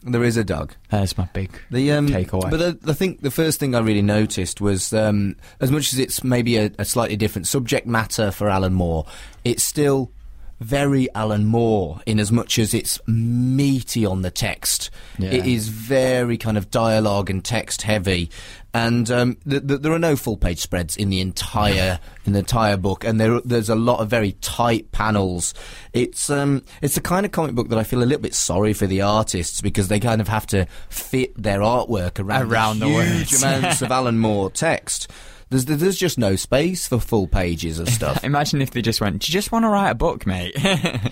S2: There is a dog.
S3: That's my big.
S2: The um,
S3: Takeaway.
S2: But I, I think the first thing I really noticed was um, as much as it's maybe a, a slightly different subject matter for Alan Moore, it's still very Alan Moore in as much as it's meaty on the text.
S3: Yeah.
S2: It is very kind of dialogue and text heavy. And um, th- th- there are no full page spreads in the entire in the entire book, and there there's a lot of very tight panels. It's um it's the kind of comic book that I feel a little bit sorry for the artists because they kind of have to fit their artwork around,
S3: Around the
S2: huge
S3: words.
S2: amounts of Alan Moore text. There's there's just no space for full pages of stuff.
S3: Imagine if they just went. Do you just want to write a book, mate?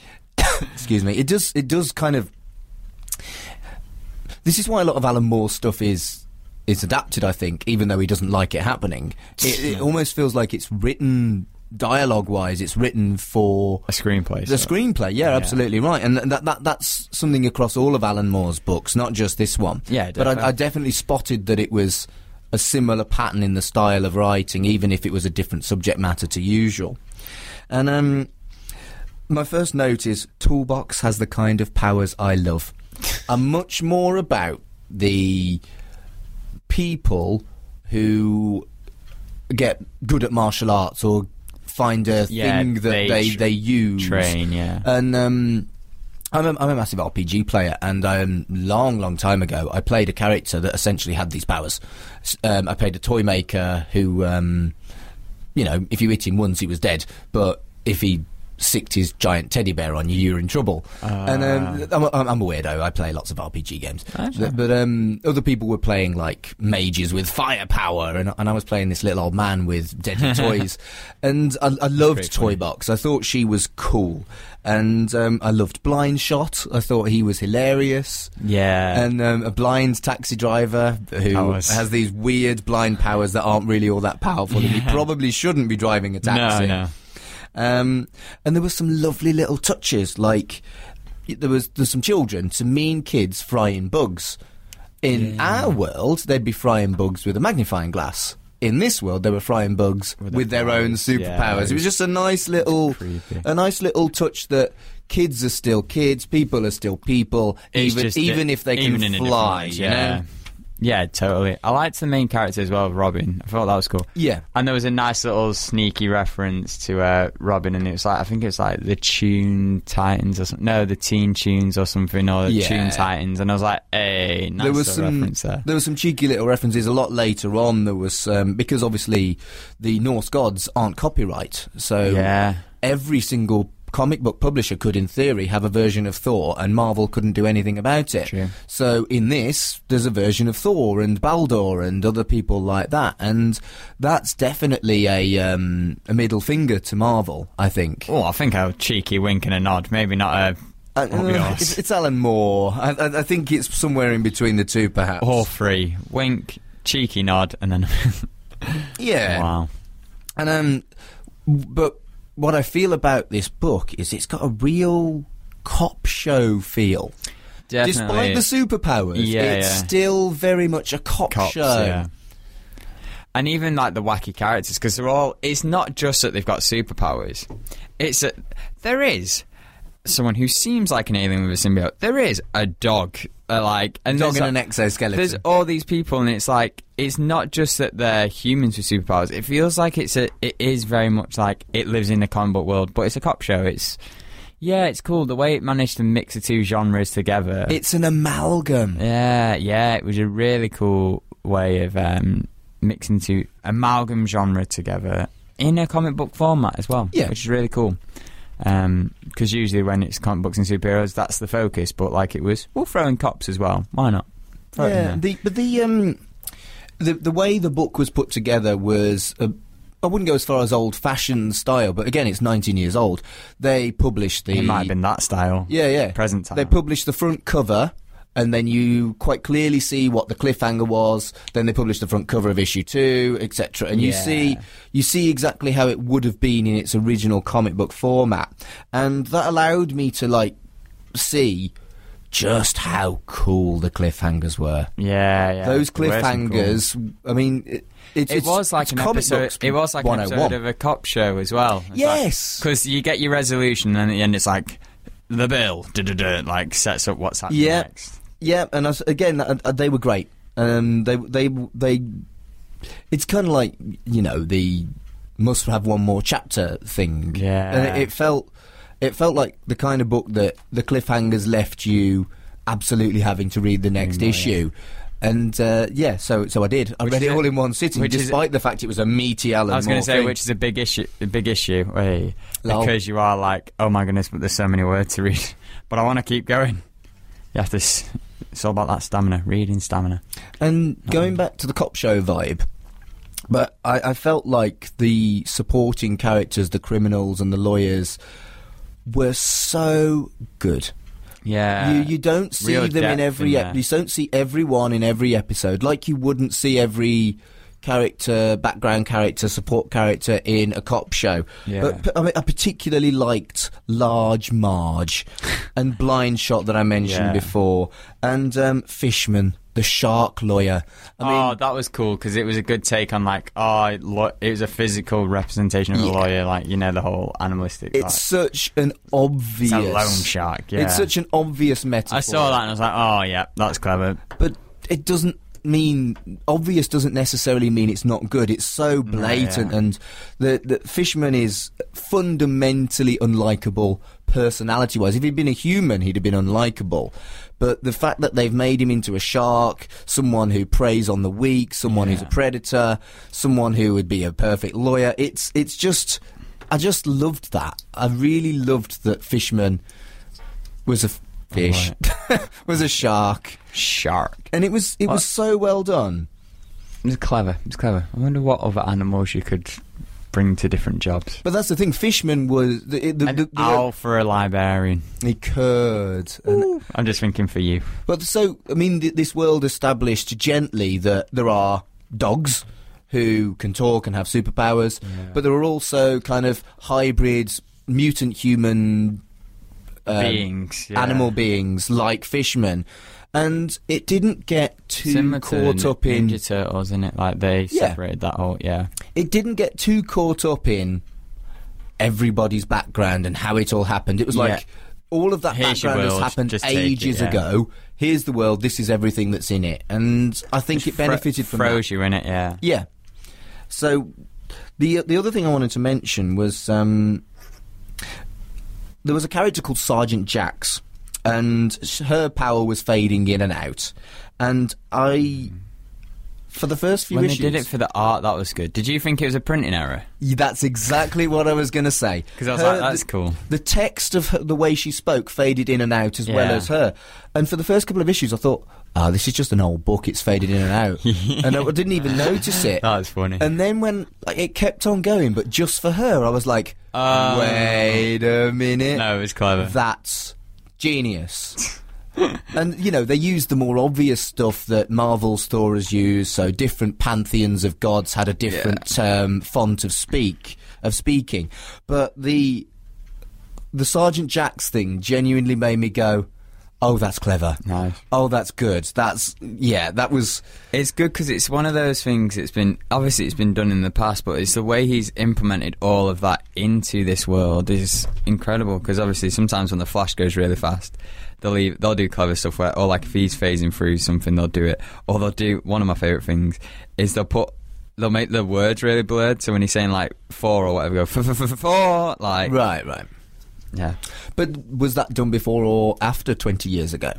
S2: excuse me it does it does kind of this is why a lot of alan moore stuff is is adapted i think even though he doesn't like it happening it, it almost feels like it's written dialogue wise it's written for
S3: a screenplay.
S2: the
S3: so-
S2: screenplay yeah, absolutely right and th- that, that that's something across all of alan moore's books not just this one
S3: Yeah,
S2: but I, I
S3: definitely.
S2: definitely spotted that it was a similar pattern in the style of writing even if it was a different subject matter to usual and um my first note is Toolbox has the kind of powers I love. I'm much more about the people who get good at martial arts or find a
S3: Yeah,
S2: thing that they
S3: they
S2: they,
S3: tr-
S2: use
S3: train, yeah.
S2: and um, I'm a, I'm a massive RPG player, and um, long, long time ago, I played a character that essentially had these powers. S- Um, I played a toy maker who, um, you know, if you hit him once, he was dead, but if he sicked his giant teddy bear on you, you're in trouble. and um, I'm, a, I'm a weirdo. I play lots of RPG games, but, but, um, other people were playing like mages with firepower, and, and I was playing this little old man with deadly toys, and I, I loved Toy Box. I thought she was cool, and um, I loved Blind Shot. I thought he was hilarious.
S3: yeah.
S2: And um, a blind taxi driver who
S3: Powers.
S2: has these weird blind powers that aren't really all that powerful, and he probably shouldn't be driving a taxi.
S3: No, no.
S2: Um, and there were some lovely little touches, like y- there was there's some children, some mean kids frying bugs. In our world, they'd be frying bugs with a magnifying glass. In this world, they were frying bugs with,
S3: their
S2: their own
S3: powers, yeah.
S2: superpowers. It was just a nice little,
S3: Creepy.
S2: a nice little touch that kids are still kids, people are still people,
S3: It's
S2: even
S3: just
S2: even
S3: di-
S2: if they can
S3: even in a different
S2: fly.
S3: way,
S2: you
S3: yeah.
S2: know?
S3: Yeah, totally. I liked the main character as well, Robin. I thought that was cool.
S2: Yeah.
S3: And there was a nice little sneaky reference to uh, Robin, and it was like, I think it was like the Tune Titans or something. No, the Teen Tunes or something, or the
S2: Yeah.
S3: Tune Titans. And I was like, hey, nice
S2: there was
S3: little
S2: some
S3: reference there.
S2: there were some cheeky little references a lot later on there was um, because obviously the Norse gods aren't copyright so
S3: Yeah.
S2: every single comic book publisher could in theory have a version of Thor and Marvel couldn't do anything about it
S3: True.
S2: so in this there's a version of Thor and Baldur and other people like that and that's definitely a um, a middle finger to Marvel I think
S3: Oh, I think a cheeky wink and a nod. Maybe not a.
S2: Uh,
S3: I'll Oh, be honest.
S2: it's, it's Alan Moore I, I, I think it's somewhere in between the two perhaps
S3: All three. Wink, cheeky nod, and then.
S2: yeah
S3: wow.
S2: And um, w- but what I feel about this book is it's got a real cop show feel.
S3: Definitely.
S2: Despite the superpowers,
S3: Yeah,
S2: it's
S3: yeah.
S2: still very much a cop
S3: cops,
S2: show.
S3: yeah. And even like the wacky characters, because they're all. It's not just that they've got superpowers. It's that there is someone who seems like an alien with a symbiote. There is a dog, uh, like and
S2: Dog
S3: there's
S2: in
S3: a-
S2: an exoskeleton.
S3: There's all these people, and it's like it's not just that they're humans with superpowers. It feels like it's a. It is very much like it lives in the comic book world, but it's a cop show. It's yeah, it's cool the way it managed to mix the two genres together.
S2: It's an amalgam.
S3: yeah, yeah, it was a really cool way of um, mixing two amalgam genre together in a comic book format as well.
S2: Yeah.
S3: which is really cool. Because usually when it's comic books and superheroes, that's the focus. But like it was, we'll throw in cops as well. Why not? Throw it in
S2: Yeah,
S3: there.
S2: the, but the um, the the way the book was put together was. uh I wouldn't go as far as old-fashioned style, but again, it's 19 years old. They published the
S3: It might have been that style.
S2: yeah yeah
S3: Present time.
S2: They published the front cover, and then you quite clearly see what the cliffhanger was. Then they published the front cover of issue two, etc. And you
S3: Yeah.
S2: see you see exactly how it would have been in its original comic book format, and that allowed me to like see just how cool the cliffhangers were.
S3: yeah, yeah.
S2: Those
S3: They were some cool-
S2: cliffhangers. I mean, it, it's,
S3: It
S2: it's-
S3: was like
S2: it's
S3: an
S2: comic
S3: episode.
S2: books
S3: It was like an episode
S2: 101.
S3: of a cop show as well.
S2: Yes.
S3: because you get your resolution, and at the end it's like the bill, da-da-da, like sets up what's happening
S2: Yeah.
S3: next.
S2: Yeah, and as, again, uh, uh, they were great. Um, they they they. It's kind of like you know the must have one more chapter thing.
S3: Yeah.
S2: and it, it felt it felt like the kind of book that the cliffhangers left you absolutely having to read the next issue. And uh, yeah, so so I did. I
S3: Which
S2: read
S3: is
S2: it
S3: a-
S2: all in one sitting,
S3: which is-
S2: despite the fact it was a meaty Alan
S3: I was going
S2: Moore
S3: to say,
S2: thing.
S3: which is a big issue, a big issue, eh,
S2: Lol.
S3: because you are like, oh my goodness, but there's so many words to read, but I want to keep going. You have to. S- it's all about that stamina, reading stamina.
S2: And going back to the cop show vibe, but I, I felt like the supporting characters, the criminals and the lawyers, were so good.
S3: Yeah,
S2: you you don't see
S3: Uh, real
S2: them in
S3: depth
S2: every
S3: in
S2: ep-
S3: there.
S2: you don't see everyone in every episode like you wouldn't see every character, background character, support character in a cop show.
S3: Yeah.
S2: But p- I, mean, I particularly liked Large Marge and Blind Shot that I mentioned
S3: Yeah.
S2: before, and um, Fishman, the shark lawyer. I mean,
S3: oh, that was cool because it was a good take on like, oh, it lo- it was a physical representation of a
S2: Yeah.
S3: lawyer, like you know the whole animalistic.
S2: It's
S3: like,
S2: such an obvious.
S3: it's a loan shark. Yeah,
S2: It's such an obvious metaphor.
S3: I saw that and I was like, oh yeah, that's clever.
S2: But it doesn't mean obvious doesn't necessarily mean it's not good. It's so blatant,
S3: yeah.
S2: and the the Fishman is fundamentally unlikable personality wise. If he'd been a human, he'd have been unlikable. But the fact that they've made him into a shark, someone who preys on the weak, someone who's a predator, someone who would be a perfect lawyer, it's it's just I just loved that. I really loved that Fishman was a f- fish, was a shark
S3: Shark.
S2: and it was
S3: Uh,
S2: it was so well done.
S3: It's clever. It's clever. I wonder what other animals you could bring to different jobs.
S2: But that's the thing. Fishman was the the, the,
S3: An
S2: the,
S3: owl for a librarian.
S2: he curd. And,
S3: I'm just thinking for you.
S2: but so I mean, th- this world established gently that there are dogs who can talk and have superpowers, but there are also kind of hybrids, mutant human um,
S3: Beings. yeah.
S2: animal beings like fishmen. And it didn't get too
S3: Similar to
S2: caught up in
S3: Ninja Turtles, isn't it? Like they
S2: Yeah.
S3: separated that whole. Yeah.
S2: it didn't get too caught up in everybody's background and how it all happened. It was like
S3: Yeah.
S2: all of that
S3: Here's your
S2: background has
S3: world,
S2: happened
S3: just take it,
S2: ages
S3: yeah.
S2: ago. Here's the world. This is everything that's in it, and I think it benefited
S3: Fro-
S2: from that.
S3: froze you in it. Yeah.
S2: Yeah. So the the other thing I wanted to mention was um, there was a character called Sergeant Jax, and sh- her power was fading in and out, and I. For the first few
S3: When
S2: issues,
S3: they did it for the art, that was good. Did you think it was a printing error?
S2: Yeah, That's exactly what I was going to say.
S3: 'Cause I was like, that's
S2: the,
S3: cool.
S2: The text of her, the way she spoke faded in and out as well
S3: Yeah.
S2: as her. And for the first couple of issues, I thought, ah, this is just an old book. It's faded in and out. and I didn't even notice it.
S3: That was funny.
S2: And then when like, it kept on going, but just for her, I was like,
S3: Oh.
S2: wait a minute.
S3: no, it was clever.
S2: That's genius. and you know they use the more obvious stuff that Marvel's Thor has used. So different pantheons of gods had a different um, font of speak of speaking, but the the Sergeant Jack's thing genuinely made me go, Oh, that's clever.
S3: Nice.
S2: Oh, that's good. That's yeah. That was
S3: It's good because it's one of those things. It's been obviously it's been done in the past, but it's the way he's implemented all of that into this world is incredible. Because obviously sometimes when the flash goes really fast, they'll leave, they'll do clever stuff where, or like if he's phasing through something, they'll do it. Or they'll do one of my favorite things is they'll put they'll make the words really blurred. So when he's saying like four or whatever, go "F- f- f- four like
S2: right, right.
S3: yeah,
S2: But was that done before or after twenty years ago?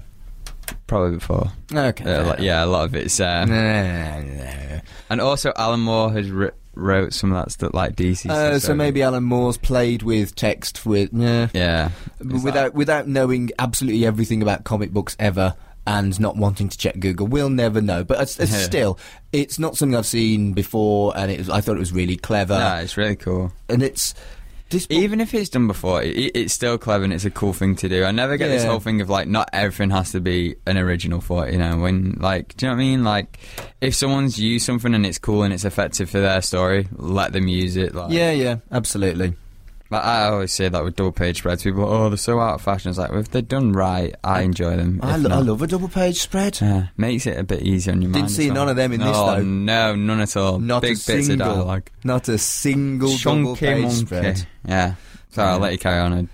S3: probably four.
S2: Okay.
S3: Uh, like, yeah, a lot of it's uh,
S2: No, no,
S3: and also Alan Moore has wri- wrote some of that stuff like DC.
S2: no. Uh,
S3: stuff,
S2: so maybe Alan Moore's played with text with yeah,
S3: Yeah. Is
S2: without without knowing absolutely everything about comic books ever and not wanting to check Google. We'll never know. But it's, it's
S3: Yeah.
S2: still, it's not something I've seen before, and it was, I thought it was really clever.
S3: that- Nah, it's really cool.
S2: And it's this book-
S3: Even if it's done before, it, it- it's still clever and it's a cool thing to do. I never get this
S2: Yeah.
S3: whole thing of like, not everything has to be an original thought, you know? When, like, do you know what I mean? Like, if someone's used something and it's cool and it's effective for their story, let them use it. Like,
S2: yeah, yeah, absolutely.
S3: Like, I always say that with double page spreads, people, oh, they're so out of fashion. It's like, well, if they're done right, I enjoy them.
S2: I,
S3: If
S2: lo- I
S3: not-
S2: love a double page spread.
S3: Yeah, makes it a bit easier on your
S2: Didn't
S3: mind.
S2: see
S3: as well.
S2: none of them in this,
S3: No,
S2: though.
S3: No, none at all.
S2: Not a
S3: Big bits
S2: single,
S3: of dialogue.
S2: not a single double
S3: Chunky
S2: page
S3: monkey.
S2: spread.
S3: Yeah. Sorry, I'll let you carry on. I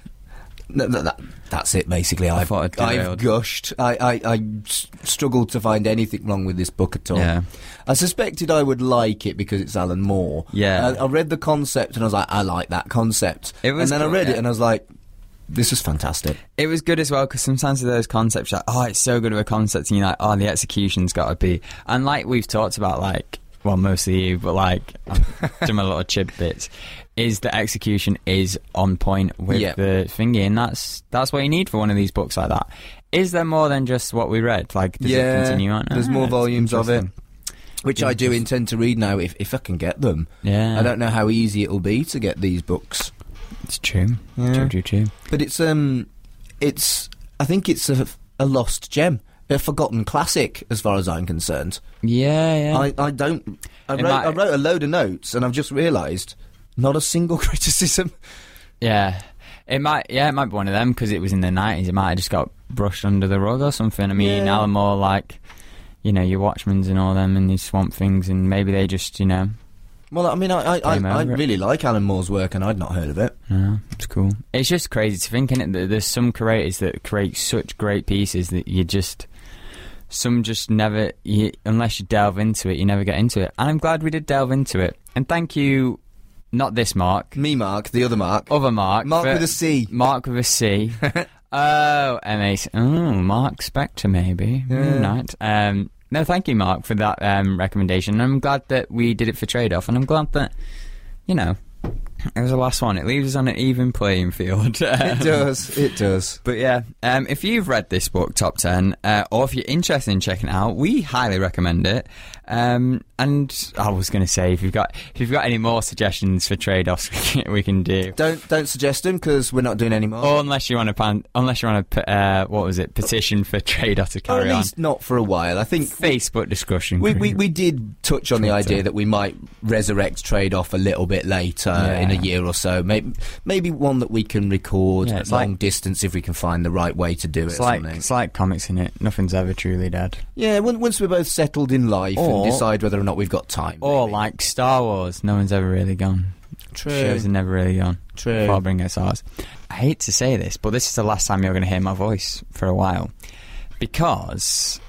S2: No, no, that, that's it, basically. I've,
S3: thought I'd
S2: I've
S3: derailed.
S2: gushed. I, I, I s- struggled to find anything wrong with this book at all.
S3: Yeah.
S2: I suspected I would like it because it's Alan Moore.
S3: Yeah.
S2: I, I read the concept and I was like, I like that concept.
S3: It was
S2: and then
S3: cool,
S2: I read
S3: yeah.
S2: it and I was like, this is fantastic.
S3: It was good as well because sometimes with those concepts, like, oh, it's so good of a concept, and you're like, oh, the execution's got to be. And like we've talked about, like, well, mostly you, but like, I'm doing a lot of chip bits, is the execution is on point with
S2: Yeah.
S3: the thingy, and that's that's what you need for one of these books like that. Is there more than just what we read? Like, does
S2: yeah.
S3: it continue on?
S2: There's
S3: Ah,
S2: more
S3: it's
S2: volumes of it,
S3: interesting.
S2: which I do intend to read now if, if I can get them.
S3: Yeah,
S2: I don't know how easy it'll be to get these books.
S3: It's true.
S2: Yeah.
S3: True, true, true.
S2: But it's um, it's I think it's a, a lost gem, a forgotten classic, as far as I'm concerned.
S3: Yeah, yeah.
S2: I, I don't. I
S3: It
S2: wrote,
S3: might-
S2: I wrote a load of notes, and I've just realised not a single criticism.
S3: Yeah, it might. Yeah, it might be one of them because it was in the nineties. It might have just got brushed under the rug or something. I mean,
S2: Yeah.
S3: Alan Moore, like you know, your Watchmen's and all them and these Swamp Things, and maybe they just you know,
S2: Well, I mean, I I, I,
S3: Came
S2: I
S3: over it.
S2: really like Alan Moore's work, and I'd not heard of it.
S3: no, it's cool. It's just crazy to think in it that there's some creators that create such great pieces that you just. Some just never, you, unless you delve into it, you never get into it. And I'm glad we did delve into it. And thank you, not this Mark,
S2: Me, Mark, the other Mark,
S3: other Oh, Mark.
S2: Mark
S3: for-
S2: with a C.
S3: Mark with a C. oh, MA. Oh, Mark Spector, maybe.
S2: Yeah.
S3: Right. Um, no, thank you, Mark, for that um, recommendation. I'm glad that we did it for trade off, and I'm glad that, you know, it was the last one. It leaves us on an even playing field.
S2: It does. It does.
S3: But yeah, um, if you've read this book, Top 10, uh, or if you're interested in checking it out, we highly recommend it. Um, and I was going to say, if you've got if you've got any more suggestions for trade offs we can do,
S2: Don't don't suggest them because we're not doing any more.
S3: or Oh, unless you want to pan, unless you want to, uh, what was it, petition for trade off to
S2: or
S3: carry
S2: at
S3: on.
S2: least not for a while. I think
S3: Facebook discussion.
S2: Oh, We, we,
S3: group.
S2: we did touch on the idea that we might resurrect trade off a little bit later
S3: Yeah.
S2: in a year or so. Maybe maybe one that we can record
S3: Yeah,
S2: at
S3: it's
S2: long
S3: like-
S2: distance if we can find the right way to do it.
S3: it's
S2: or
S3: like
S2: something.
S3: it's like comics in it. Nothing's ever truly dead.
S2: yeah, on- once we're both settled in life
S3: Or-
S2: and decide whether or not we've got time.
S3: Or
S2: maybe.
S3: like Star Wars, no one's ever really gone.
S2: true,
S3: Shows are never really gone.
S2: true.
S3: Before I bring us ours. I hate to say this, but this is the last time you're going to hear my voice for a while. Because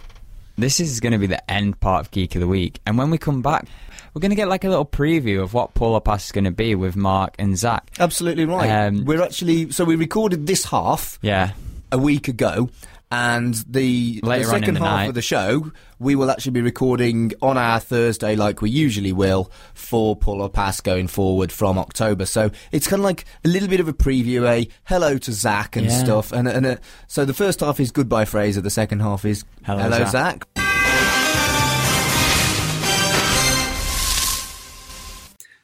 S3: this is going to be the end part of Geek of the Week. And when we come back, we're going to get like a little preview of what Polar Pass is going to be with Mark and Zach.
S2: Absolutely right.
S3: Um,
S2: we're actually so we recorded this half
S3: Yeah.
S2: a week ago. And the, the
S3: Later on in
S2: second
S3: the
S2: half
S3: night.
S2: of the show, we will actually be recording on our Thursday, like we usually will, for Pull or Pass going forward from October. So it's kind of like a little bit of a preview, a hello to Zach and
S3: Yeah.
S2: stuff. And, and uh so the first half is goodbye Fraser, the second half is
S3: Hello,
S2: hello
S3: Zach."
S2: Zach.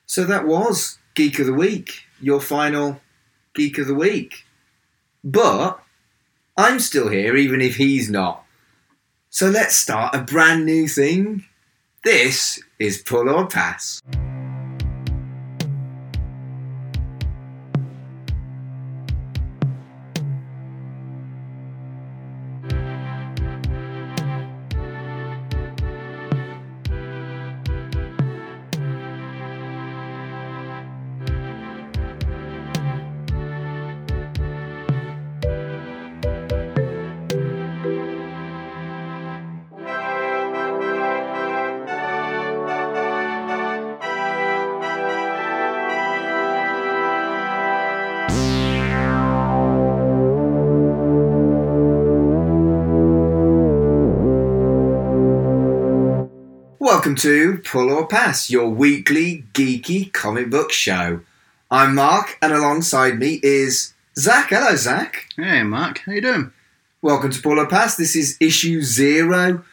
S2: So that was Geek of the Week, your final Geek of the Week. But I'm still here, even if he's not. So let's start a brand new thing. This is Pull or Pass.
S6: Welcome to Pull or Pass, your weekly geeky comic book show. I'm Mark, and alongside me is Zach. Hello, Zach.
S7: Hey, Mark, how you doing?
S6: Welcome to Pull or Pass. This is issue zero.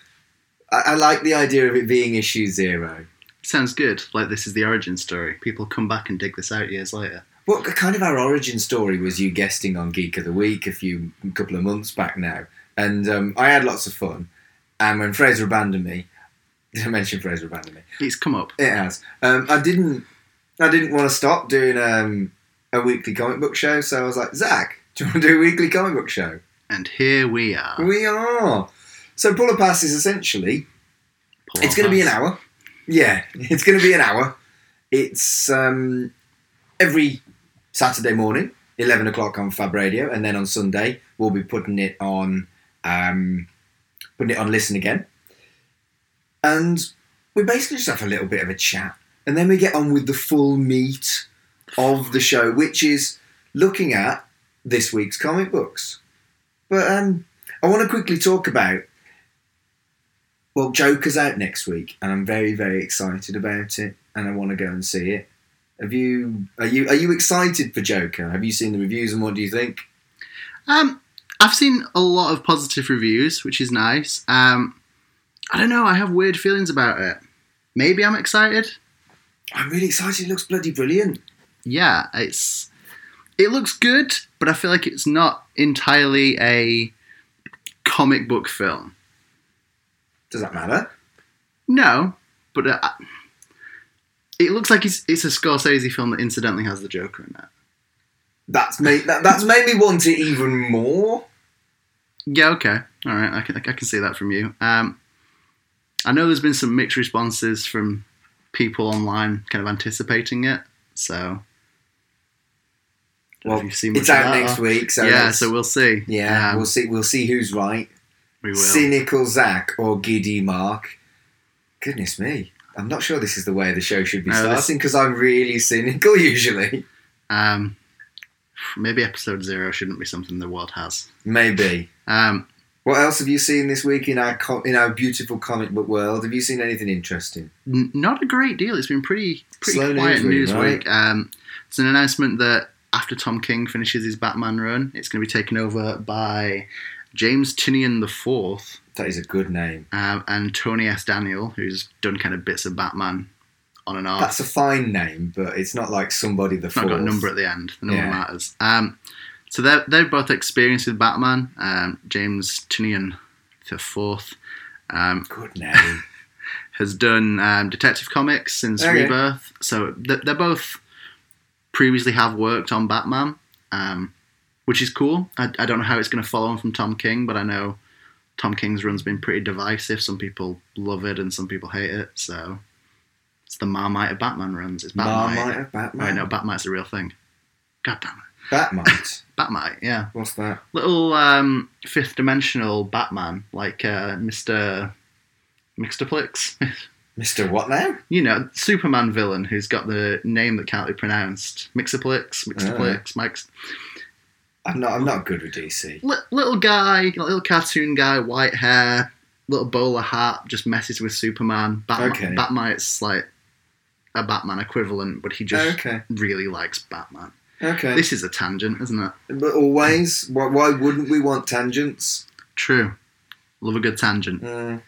S6: I, I like the idea of it being issue zero.
S7: Sounds good. Like this is the origin story. People come back and dig this out years later.
S6: What kind of our origin story was you guesting on Geek of the Week a few a couple of months back now? And um, I had lots of fun. And when Fraser abandoned me, did I mention Fraser abandoned me?
S7: It's come up.
S6: It has. Um, I didn't. I didn't want to stop doing um, a weekly comic book show, so I was like, Zach, do you want to do a weekly comic book show?
S7: And here we are.
S6: We are. So Pull a Pass is essentially
S7: Pull
S6: it's
S7: our
S6: going to be an
S7: pants.
S6: hour. Yeah, it's going to be an hour. It's um, every Saturday morning, eleven o'clock on Fab Radio, and then on Sunday we'll be putting it on, um, putting it on Listen Again, and we basically just have a little bit of a chat, and then we get on with the full meat of the show, which is looking at this week's comic books. But um, I want to quickly talk about well, Joker's out next week, and I'm very, very excited about it, and I want to go and see it. Have you? Are you? Are you excited for Joker? Have you seen the reviews, and what do you think?
S7: Um, I've seen a lot of positive reviews, which is nice. Um, I don't know. I have weird feelings about it. Maybe I'm excited.
S6: I'm really excited. It looks bloody brilliant.
S7: yeah, it's it looks good, but I feel like it's not entirely a comic book film.
S6: Does that matter?
S7: No, but uh, it looks like it's it's a Scorsese film that incidentally has the Joker in it.
S6: That's made. That, that's made me want it even more.
S7: Yeah, okay, all right, I can I can see that from you. Um, I know there's been some mixed responses from people online, kind of anticipating it. So,
S6: Well,
S7: if you've seen
S6: it's
S7: much of
S6: out
S7: that,
S6: next
S7: or-
S6: week, so
S7: yeah,
S6: that's-
S7: so we'll see.
S6: Yeah,
S7: Um,
S6: we'll see. We'll see who's right.
S7: we will.
S6: Cynical Zach or giddy Mark. Goodness me. I'm not sure this is the way the show should be
S7: No, this-
S6: starting because I'm really cynical usually.
S7: Um, maybe episode zero shouldn't be something the world has.
S6: Maybe.
S7: Um,
S6: What else have you seen this week in our co- in our beautiful comic book world? Have you seen anything interesting?
S7: n- not a great deal. It's been pretty pretty
S6: Slow
S7: quiet
S6: news
S7: news,
S6: week,
S7: week. Um, it's an announcement that after Tom King finishes his Batman run, it's going to be taken over by James Tinian the Fourth
S6: That is a good name.
S7: um, and Tony S. Daniel, who's done kind of bits of Batman on and off.
S6: That's a fine name, but it's not like somebody the
S7: I've
S6: fourth.
S7: Oh. not got a number at the end. The number
S6: Yeah.
S7: matters. Um, so they're, they're both experienced with Batman. Um, James Tinian the Fourth. Um,
S6: Good name.
S7: has done um, Detective Comics since
S6: Okay.
S7: Rebirth. So th- they both previously have worked on Batman, um, which is cool. I, I don't know how it's going to follow on from Tom King, but I know Tom King's run's been pretty divisive. Some people love it and some people hate it. So it's the Marmite of Batman runs. It's Batmite.
S6: Marmite of
S7: Wait,
S6: Batman.
S7: no, Batmite's a real thing. God damn it.
S6: Batmite.
S7: Batmite, yeah.
S6: What's that?
S7: Little um, fifth dimensional Batman, like uh, Mr. Mixterplix.
S6: Mister What now?
S7: you know, Superman villain who's got the name that can't be pronounced. Mixoplex,
S6: Ah.
S7: Mixoplex, Mike's
S6: I'm not. I'm not good with DC.
S7: li- little guy, little cartoon guy, white hair, little bowler hat, just messes with Superman. Batman,
S6: Okay.
S7: Batmite's like a Batman equivalent, but he just
S6: Okay.
S7: really likes Batman.
S6: Okay.
S7: This is a tangent, isn't it?
S6: But always, why, why wouldn't we want tangents?
S7: True. Love a good tangent.
S6: Mm.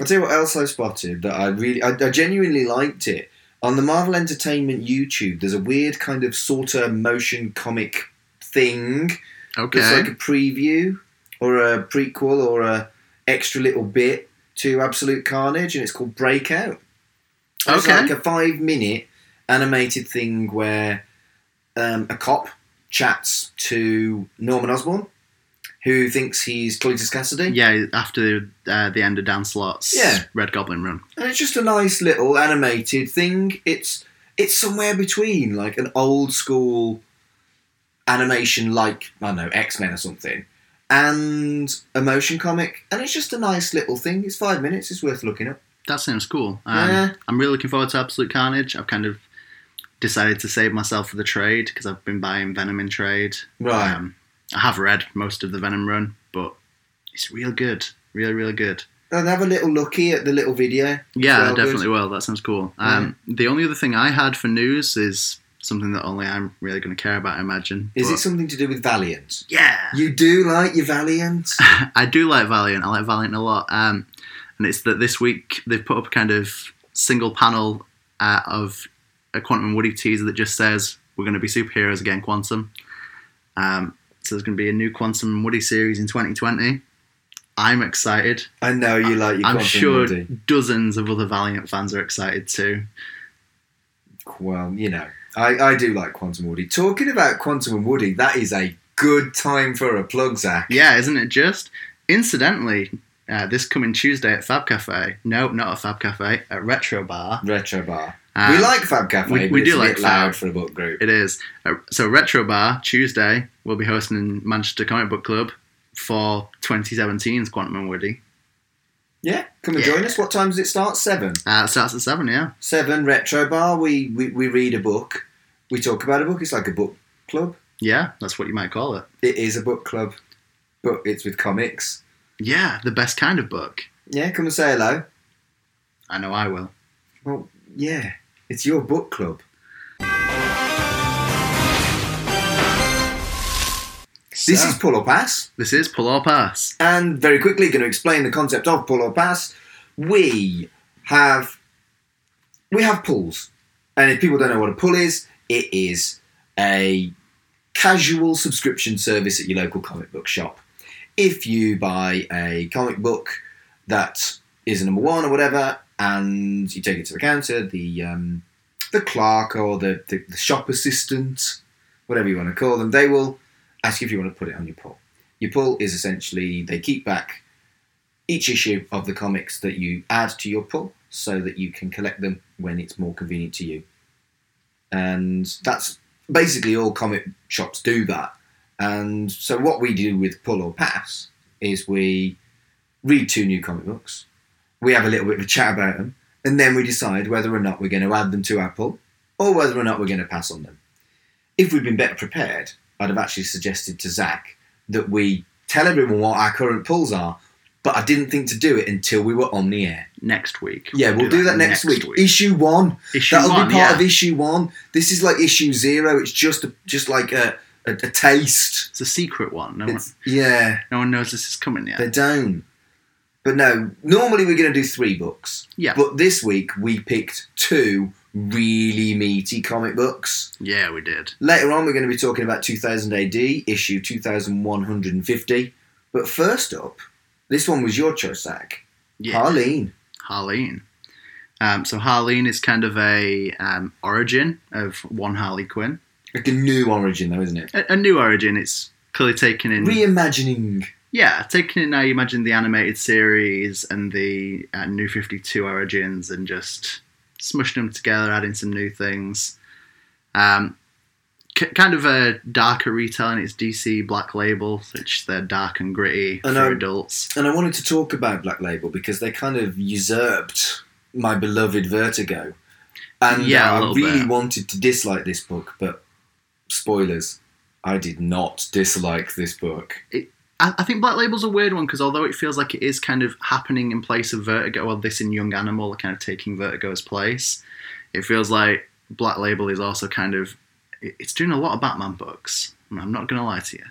S6: I'll tell you what else I spotted that I really, I, I genuinely liked it. On the Marvel Entertainment YouTube, there's a weird kind of sort of motion comic thing.
S7: Okay.
S6: It's like a preview or a prequel or a extra little bit to Absolute Carnage, and it's called Breakout. And It's
S7: Okay.
S6: like a five minute animated thing where um, a cop chats to Norman Osborn, who thinks he's Cletus Cassidy.
S7: yeah, after uh, the end of Dan Slott's
S6: Yeah.
S7: Red Goblin run.
S6: And it's just a nice little animated thing. It's it's somewhere between like an old school animation like I don't know, X Men or something. And a motion comic, and it's just a nice little thing. It's five minutes. It's worth looking up.
S7: That sounds cool. Um,
S6: Yeah.
S7: I'm really looking forward to Absolute Carnage. I've kind of decided to save myself for the trade because I've been buying Venom in trade.
S6: Right.
S7: Um, I have read most of the Venom run, but it's real good. Real, real good.
S6: and have a little looky at the little video.
S7: Yeah, I
S6: Well, good.
S7: definitely will. That sounds cool. Um, The only other thing I had for news is something that only I'm really going to care about, I imagine.
S6: Is
S7: but-
S6: it something to do with Valiant?
S7: Yeah.
S6: You do like your Valiant?
S7: I do like Valiant. I like Valiant a lot. Um, and it's that this week they've put up a kind of single panel uh, of a Quantum and Woody teaser that just says, we're going to be superheroes again, Quantum. Um, so there's going to be a new Quantum and Woody series in 2020. I'm excited.
S6: I know you like your
S7: I'm
S6: Quantum
S7: sure
S6: Woody.
S7: dozens of other Valiant fans are excited too.
S6: Well, you know, I, I do like Quantum Woody. Talking about Quantum and Woody, that is a good time for a plug, Zach.
S7: Yeah, isn't it just? Incidentally, uh, this coming Tuesday at Fab Cafe. No, not at Fab Cafe, at Retro Bar.
S6: Retro Bar.
S7: Um,
S6: we like Fab Cafe,
S7: we-
S6: but
S7: we
S6: it's
S7: do
S6: a
S7: like
S6: bit loud
S7: Fab.
S6: for a book group.
S7: It is. Uh, so Retro Bar Tuesday we'll be hosting in Manchester Comic Book Club for 2017's Quantum and Woody.
S6: Yeah, come and
S7: Yeah.
S6: join us. What time does it start? Seven.
S7: Uh, it starts at seven. Yeah,
S6: Seven, Retro Bar. We, we, we read a book. We talk about a book. It's like a book club.
S7: yeah, that's what you might call it.
S6: It is a book club, but it's with comics.
S7: Yeah, the best kind of book.
S6: Yeah, come and say hello.
S7: I know I will.
S6: Well, yeah, it's your book club. This
S7: So-
S6: is Pull or Pass.
S7: This is Pull or Pass.
S6: And very quickly, going to explain the concept of pull or pass. We have we have pulls, and if people don't know what a pull is, it is a casual subscription service at your local comic book shop. If you buy a comic book that is a number one or whatever, and you take it to the counter, the um, the clerk or the, the, the shop assistant, whatever you want to call them, they will ask you if you want to put it on your pull. Your pull is essentially they keep back each issue of the comics that you add to your pull so that you can collect them when it's more convenient to you. And that's basically all comic shops do that. And so what we do with pull or pass is we read two new comic books, we have a little bit of a chat about them, and then we decide whether or not we're going to add them to our pull or whether or not we're going to pass on them. If we'd been better prepared, I'd have actually suggested to Zach that we tell everyone what our current pulls are, but I didn't think to do it until we were on the air.
S7: Next week.
S6: Yeah, we'll do that, next, week. Issue one.
S7: Issue
S6: That'll
S7: one,
S6: be part
S7: yeah.
S6: of issue one. This is like issue zero. It's just a, just like a, a, a taste.
S7: It's a secret one. No one,
S6: It's, yeah,
S7: no one knows this is coming yet.
S6: they don't. But no, normally we're going to do three books.
S7: Yeah.
S6: But this week we picked two really meaty comic books.
S7: yeah, we did.
S6: Later on, we're going to be talking about 2000 AD, issue 2150. But first up, this one was your choice, Zach.
S7: Yeah.
S6: Harleen.
S7: Harleen. Um, so Harleen is kind of a um, origin of one Harley Quinn.
S6: Like a new origin, though, isn't it?
S7: A, a new origin. It's clearly taken in.
S6: Reimagining.
S7: yeah, taking it now, you imagine the animated series and the uh, New 52 Origins and just smushing them together, adding some new things. Um, k- kind of a darker retelling. It's DC Black Label, which they're dark and gritty
S6: I know.
S7: for adults.
S6: And I wanted to talk about Black Label because they kind of usurped my beloved Vertigo. And
S7: Yeah, a
S6: uh, I
S7: little
S6: really
S7: bit.
S6: wanted to dislike this book, but spoilers, I did not dislike this book.
S7: I, I think Black Label's a weird one because although it feels like it is kind of happening in place of Vertigo, or this in Young Animal are kind of taking Vertigo's place, it feels like Black Label is also kind of it- it's doing a lot of Batman books. I'm not going to lie to you.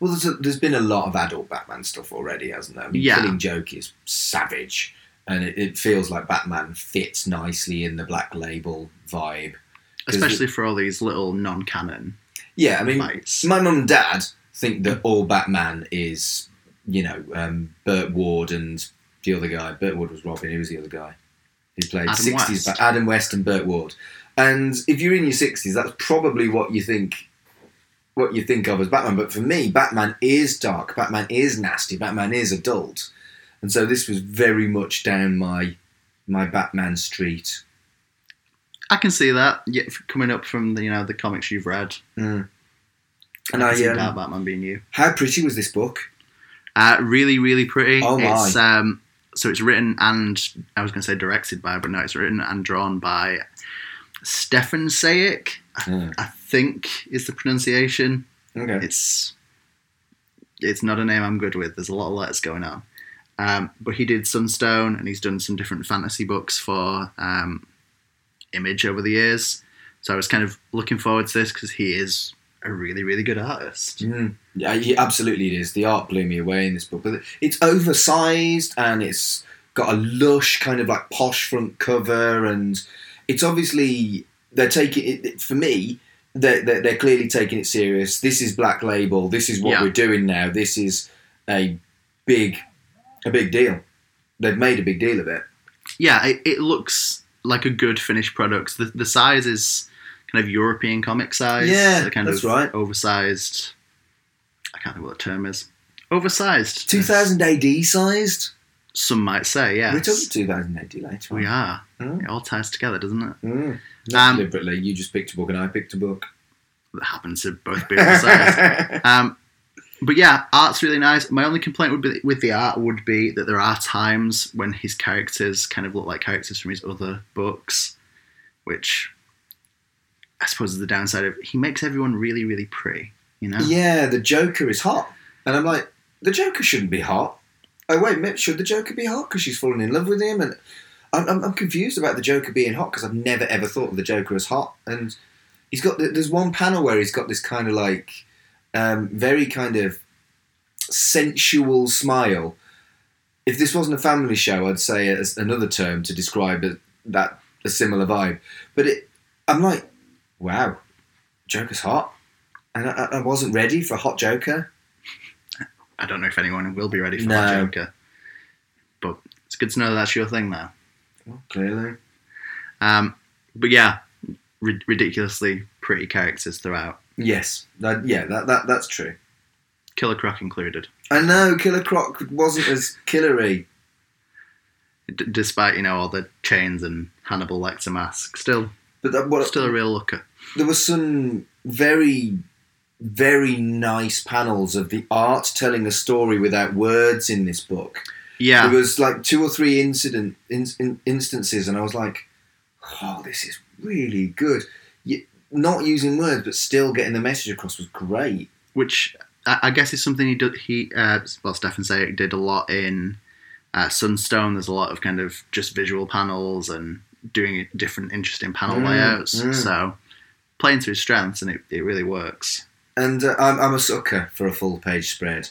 S6: Well, there's, a, there's been a lot of adult Batman stuff already, hasn't there? I mean,
S7: Yeah.
S6: Killing Joke is savage, and it, it feels like Batman fits nicely in the Black Label vibe. 'Cause
S7: especially for all these little non-canon
S6: Yeah, I mean,
S7: bites.
S6: my mum and dad think that all Batman is, you know, um, Burt Ward and the other guy. Burt Ward was Robin. Who was the other guy? Who played
S7: Adam
S6: 60s
S7: West.
S6: Ba- Adam West and Burt Ward. And if you're in your 60s, that's probably what you think what you think of as Batman. But for me, Batman is dark. Batman is nasty. Batman is adult. And so this was very much down my my Batman street.
S7: I can see that yeah, f- coming up from the, you know the comics you've read.
S6: Mm.
S7: And
S6: And
S7: I,
S6: I,
S7: can see
S6: um,
S7: that Batman being you.
S6: How pretty was this book?
S7: Uh, really, really pretty.
S6: Oh my.
S7: It's, um, so it's written and I was going to say directed by, but no, it's written and drawn by Stefan Sayek. I-
S6: Mm.
S7: I think is the pronunciation.
S6: Okay.
S7: It's it's not a name I'm good with. There's a lot of letters going on. Um, but he did Sunstone, and he's done some different fantasy books for um, Image over the years. So I was kind of looking forward to this because he is a really, really good artist.
S6: Mm. Yeah, yeah, absolutely it is. The art blew me away in this book. But it's oversized and it's got a lush kind of like posh front cover and it's obviously they're taking it- it for me they're, they're, they're clearly taking it serious this is black label this is what
S7: Yeah.
S6: we're doing now this is a big a big deal they've made a big deal of it
S7: yeah, it, it looks like a good finished product. The, the size is kind of European comic size.
S6: Yeah,
S7: the kind
S6: that's
S7: of
S6: right.
S7: Oversized. I can't think what the term is. Oversized.
S6: 2000 AD sized
S7: Some might say, yeah.
S6: we're talking 2000 AD later
S7: We are.
S6: Mm.
S7: It all ties together, doesn't it?
S6: Mm. Not
S7: Um,
S6: deliberately you just picked a book and I picked a book
S7: That happens to both be oversized. um, but yeah, art's really nice. My only complaint would be with the art would be that there are times when his characters kind of look like characters from his other books, which I suppose is the downside of he makes everyone really, really pretty. You know,
S6: yeah, the Joker is hot. And I'm like, the Joker shouldn't be hot. Oh, wait, maybe, should the Joker be hot? Because she's fallen in love with him. And I'm, I'm, I'm confused about the Joker being hot because I've never, ever thought of the Joker as hot. And he's got, th- there's one panel where he's got this kind of like, um, very kind of sensual smile. If this wasn't a family show, I'd say as another term to describe a, that, a similar vibe. But it, I'm like, wow, Joker's hot and I, I wasn't ready for Hot Joker.
S7: I don't know if anyone will be ready for
S6: No.
S7: that Joker, but it's good to know that's your thing now.
S6: Well, clearly,
S7: Um, but yeah, ri- ridiculously pretty characters throughout,
S6: yes, that, yeah, that, that that's true.
S7: Killer Croc included.
S6: I know Killer Croc wasn't as killery.
S7: D- despite you know all the chains and Hannibal Lecter mask, still
S6: But that, what,
S7: still a real looker.
S6: there were some very, very nice panels of the art telling a story without words in this book.
S7: Yeah,
S6: There was like two or three incident in, in, instances, and I was like, "Oh, this is really good." You, not using words, but still getting the message across was great.
S7: which I, I guess is something he did. He uh, well, Stefan Sayek did a lot in uh, Sunstone. There's a lot of kind of just visual panels and doing different interesting panel
S6: Mm,
S7: layouts.
S6: mm.
S7: So playing to his strengths, and it, it really works.
S6: and uh, I'm, I'm a sucker for a full page spread.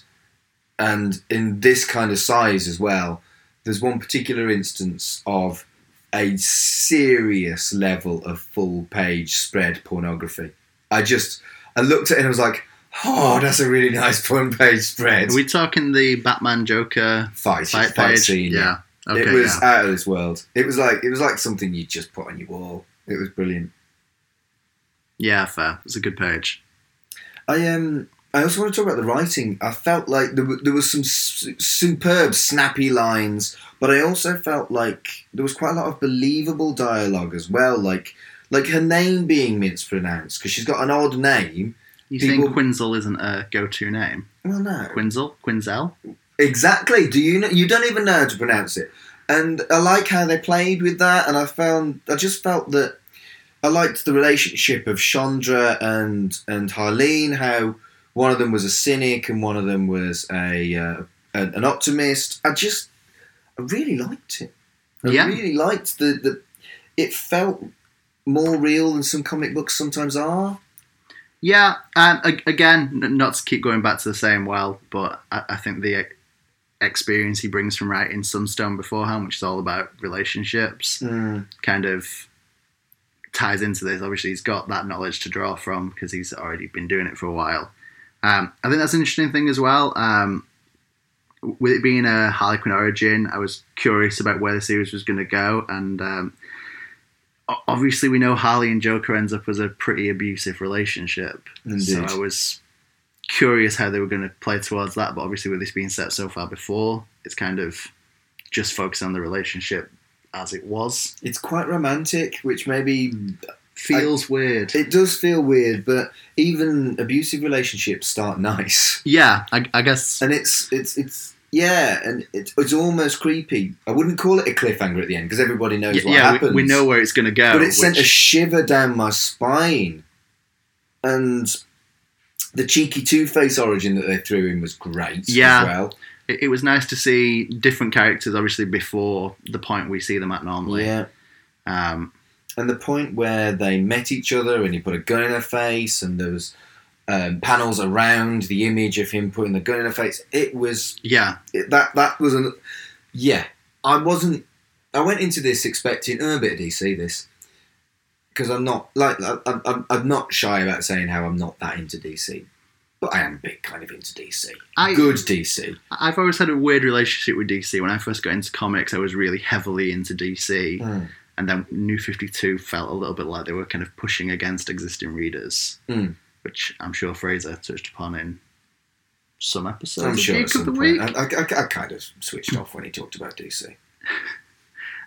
S6: And in this kind of size as well, there's one particular instance of a serious level of full page spread pornography. I just, I looked at it and I was like, oh, that's a really nice full page spread.
S7: Are we talking the Batman Joker
S6: fight,
S7: fight,
S6: fight
S7: page?
S6: scene.
S7: yeah. Okay.
S6: it was
S7: yeah.
S6: out of this world. It was like it was like something you just put on your wall. It was brilliant.
S7: yeah, fair. It's a good page.
S6: I um I also want to talk about the writing. I felt like there were, there was some su- superb snappy lines, but I also felt like there was quite a lot of believable dialogue as well. Like like her name being mispronounced because she's got an odd name.
S7: You
S6: People-
S7: think Quinzel isn't a go-to name?
S6: Well, no,
S7: Quinzel, Quinzel.
S6: exactly. Do you know? You don't even know how to pronounce it. And I like how they played with that. And I found I just felt that I liked the relationship of Chandra and and Harleen. How one of them was a cynic and one of them was a uh, an, an optimist. I just I really liked it. I
S7: Yeah.
S6: really liked the, the it felt more real than some comic books sometimes are.
S7: Yeah, um, a- again, n- not to keep going back to the same well, but I, I think the e- experience he brings from writing Sunstone beforehand, which is all about relationships,
S6: Hmm.
S7: kind of ties into this. Obviously, he's got that knowledge to draw from because he's already been doing it for a while. Um, I think that's an interesting thing as well. Um, with it being a Harley Quinn origin, I was curious about where the series was going to go, and um, o- obviously, we know Harley and Joker ends up as a pretty abusive relationship. So
S6: Indeed.
S7: I was curious how they were going to play towards that, but obviously with this being set so far before, it's kind of just focusing on the relationship as it was.
S6: It's quite romantic, which maybe
S7: Feels weird.
S6: It does feel weird, but even abusive relationships start nice,
S7: yeah, I, I guess.
S6: and it's it's it's yeah, and it's it's almost creepy. I wouldn't call it a cliffhanger at the end because everybody knows
S7: y-
S6: what
S7: yeah, we,
S6: happens.
S7: we know where it's going to go.
S6: but it sent a
S7: which-
S6: shiver down my spine, and the cheeky Two Face origin that they threw in was great.
S7: Yeah.
S6: As well.
S7: It, it was nice to see different characters, obviously, before the point we see them at normally.
S6: Yeah.
S7: Um,
S6: And the point where they met each other and he put a gun in her face and there was um, panels around the image of him putting the gun in her face. It was
S7: yeah,
S6: it, that that was an yeah. I wasn't. I went into this expecting oh, a bit of DC this because I'm not like I, I, I'm- I'm not shy about saying how I'm not that into DC, but I am a bit kind of into DC.
S7: I-
S6: Good DC.
S7: I've always had a weird relationship with DC. When I first got into comics, I was really heavily into DC,
S6: Mm.
S7: and then New Fifty Two felt a little bit like they were kind of pushing against existing readers,
S6: Mm.
S7: which I'm sure Fraser touched upon in some episodes.
S6: I'm
S7: of
S6: sure.
S7: Geek
S6: At
S7: of
S6: some
S7: the
S6: point,
S7: Week.
S6: I, I, I kind of switched off when he talked about DC.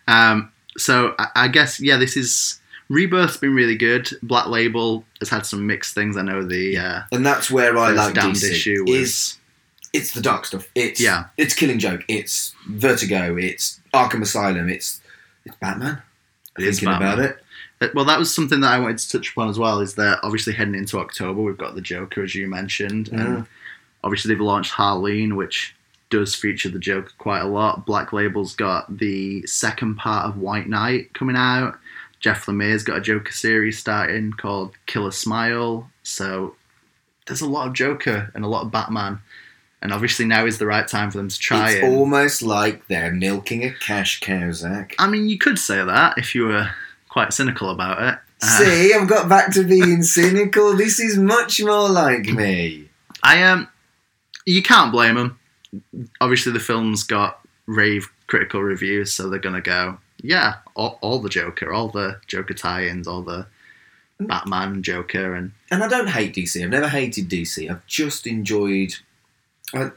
S7: Um, so I, I guess yeah, this is Rebirth's been really good. Black Label has had some mixed things. I know the uh,
S6: And that's where I
S7: first
S6: like
S7: damned
S6: DC.
S7: issue was
S6: is it's the dark stuff. It's
S7: Yeah.
S6: It's Killing Joke. It's Vertigo. It's Arkham Asylum. It's it's Batman.
S7: It is
S6: Thinking about
S7: Batman.
S6: it.
S7: Uh, Well, that was something that I wanted to touch upon as well. Is that obviously heading into October, we've got the Joker, as you mentioned,
S6: Yeah.
S7: and obviously they've launched Harleen, which does feature the Joker quite a lot. Black Label's got the second part of White Knight coming out. Jeff Lemire's got a Joker series starting called Killer Smile. So there's a lot of Joker and a lot of Batman, and obviously now is the right time for them to try
S6: It's
S7: and-
S6: almost like they're milking a cash cow, Zach.
S7: I mean, you could say that if you were quite cynical about it. Uh,
S6: See, I've got back to being cynical. This is much more like me.
S7: I Um, you can't blame them. Obviously, the film's got rave critical reviews, so they're gonna go, yeah, all, all the Joker, all the Joker tie-ins, all the
S6: Mm.
S7: Batman and Joker, and
S6: And I don't hate DC. I've never hated DC. I've just enjoyed. I,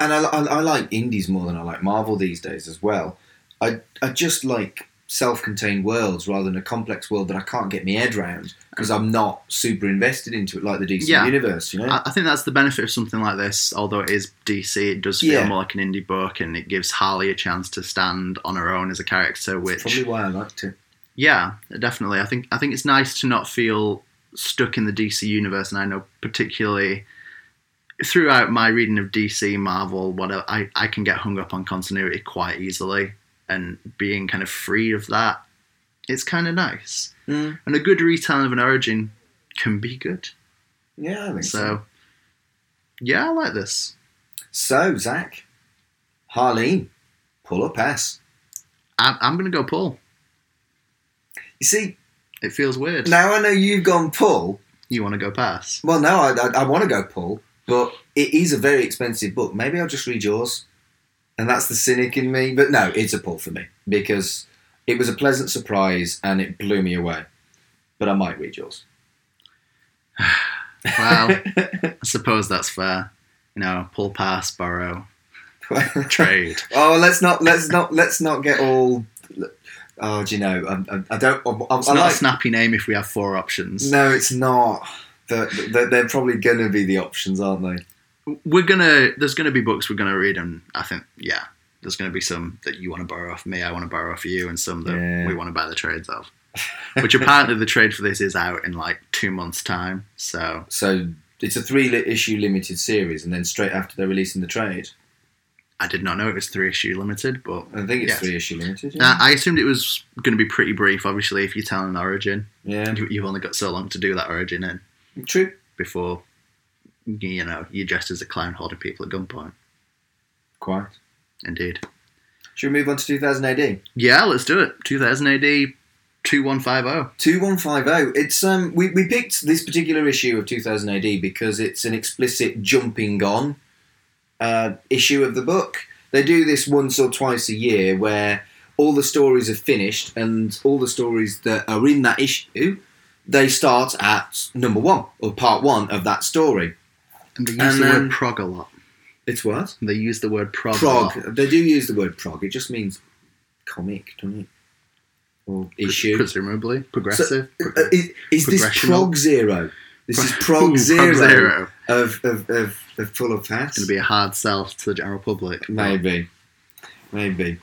S6: and I, I, I like indies more than I like Marvel these days as well. I, I just like self contained worlds rather than a complex world that I can't get my head round because I'm not super invested into it like the DC
S7: Yeah.
S6: universe, you know?
S7: I, I think that's the benefit of something like this. Although it is DC, it does feel
S6: Yeah.
S7: more like an indie book, and it gives Harley a chance to stand on her own as a character, which
S6: That's probably why I liked it.
S7: Yeah, definitely. I think I think it's nice to not feel stuck in the DC universe, and I know particularly throughout my reading of DC, Marvel, whatever, I, I can get hung up on continuity quite easily, and being kind of free of that, it's kind of nice.
S6: Mm.
S7: And a good retelling of an origin can be good.
S6: Yeah, I think so.
S7: So, yeah, I like this.
S6: So, Zach, Harleen, pull or pass?
S7: I'm, I'm gonna go pull.
S6: You see,
S7: It feels weird.
S6: now I know you've gone pull.
S7: You want to go pass?
S6: Well, no, I, I, I want to go pull, but it is a very expensive book. Maybe I'll just read yours. And that's the cynic in me. But no, it's a pull for me because it was a pleasant surprise and it blew me away. But I might read yours.
S7: Well, I suppose that's fair. You know, pull, pass, borrow, trade.
S6: oh, let's not, let's not, let's not get all. Oh, do you know? I, I, I don't. I, I,
S7: It's
S6: I
S7: not
S6: like,
S7: a snappy name if we have four options.
S6: No, it's not. They're, they're, they're probably going to be the options, aren't they?
S7: We're gonna. There's gonna be books we're gonna read, and I think yeah, there's gonna be some that you want to borrow off me, I want to borrow off you, and some that
S6: Yeah.
S7: we want to buy the trades of. Which apparently the trade for this is out in like two months' time. So
S6: So it's a three li- issue limited series, and then straight after they're releasing the trade,
S7: I did not know it was three issue limited, but
S6: I think it's
S7: Yes.
S6: three issue limited.
S7: Uh,
S6: Yeah.
S7: I assumed it was going to be pretty brief. Obviously, if you're telling an origin,
S6: yeah,
S7: you- you've only got so long to do that origin in
S6: true.
S7: before you know you're dressed as a clown holding people at gunpoint.
S6: Quite.
S7: Indeed.
S6: Should we move on to 2000 AD?
S7: Yeah, let's do it. 2000 AD 2150.
S6: 2150. It's um we, we picked this particular issue of 2000 AD because it's an explicit jumping on uh, issue of the book. They do this once or twice a year where all the stories are finished and all the stories that are in that issue they start at number one or part one of that story.
S7: And they use
S6: And
S7: the
S6: then-
S7: word prog a lot.
S6: It's what?
S7: They use the word prog. a lot.
S6: Prog. They do use the word prog. It just means comic, doesn't it? Or issue.
S7: Presumably. Progressive.
S6: So, uh,
S7: Prog-
S6: is, is this
S7: Progressional.
S6: prog zero? This is
S7: Pro- Ooh,
S6: prog zero,
S7: zero.
S6: Of, of, of, of full of pass.
S7: It's going to be a hard sell to the general public. Um,
S6: maybe, maybe.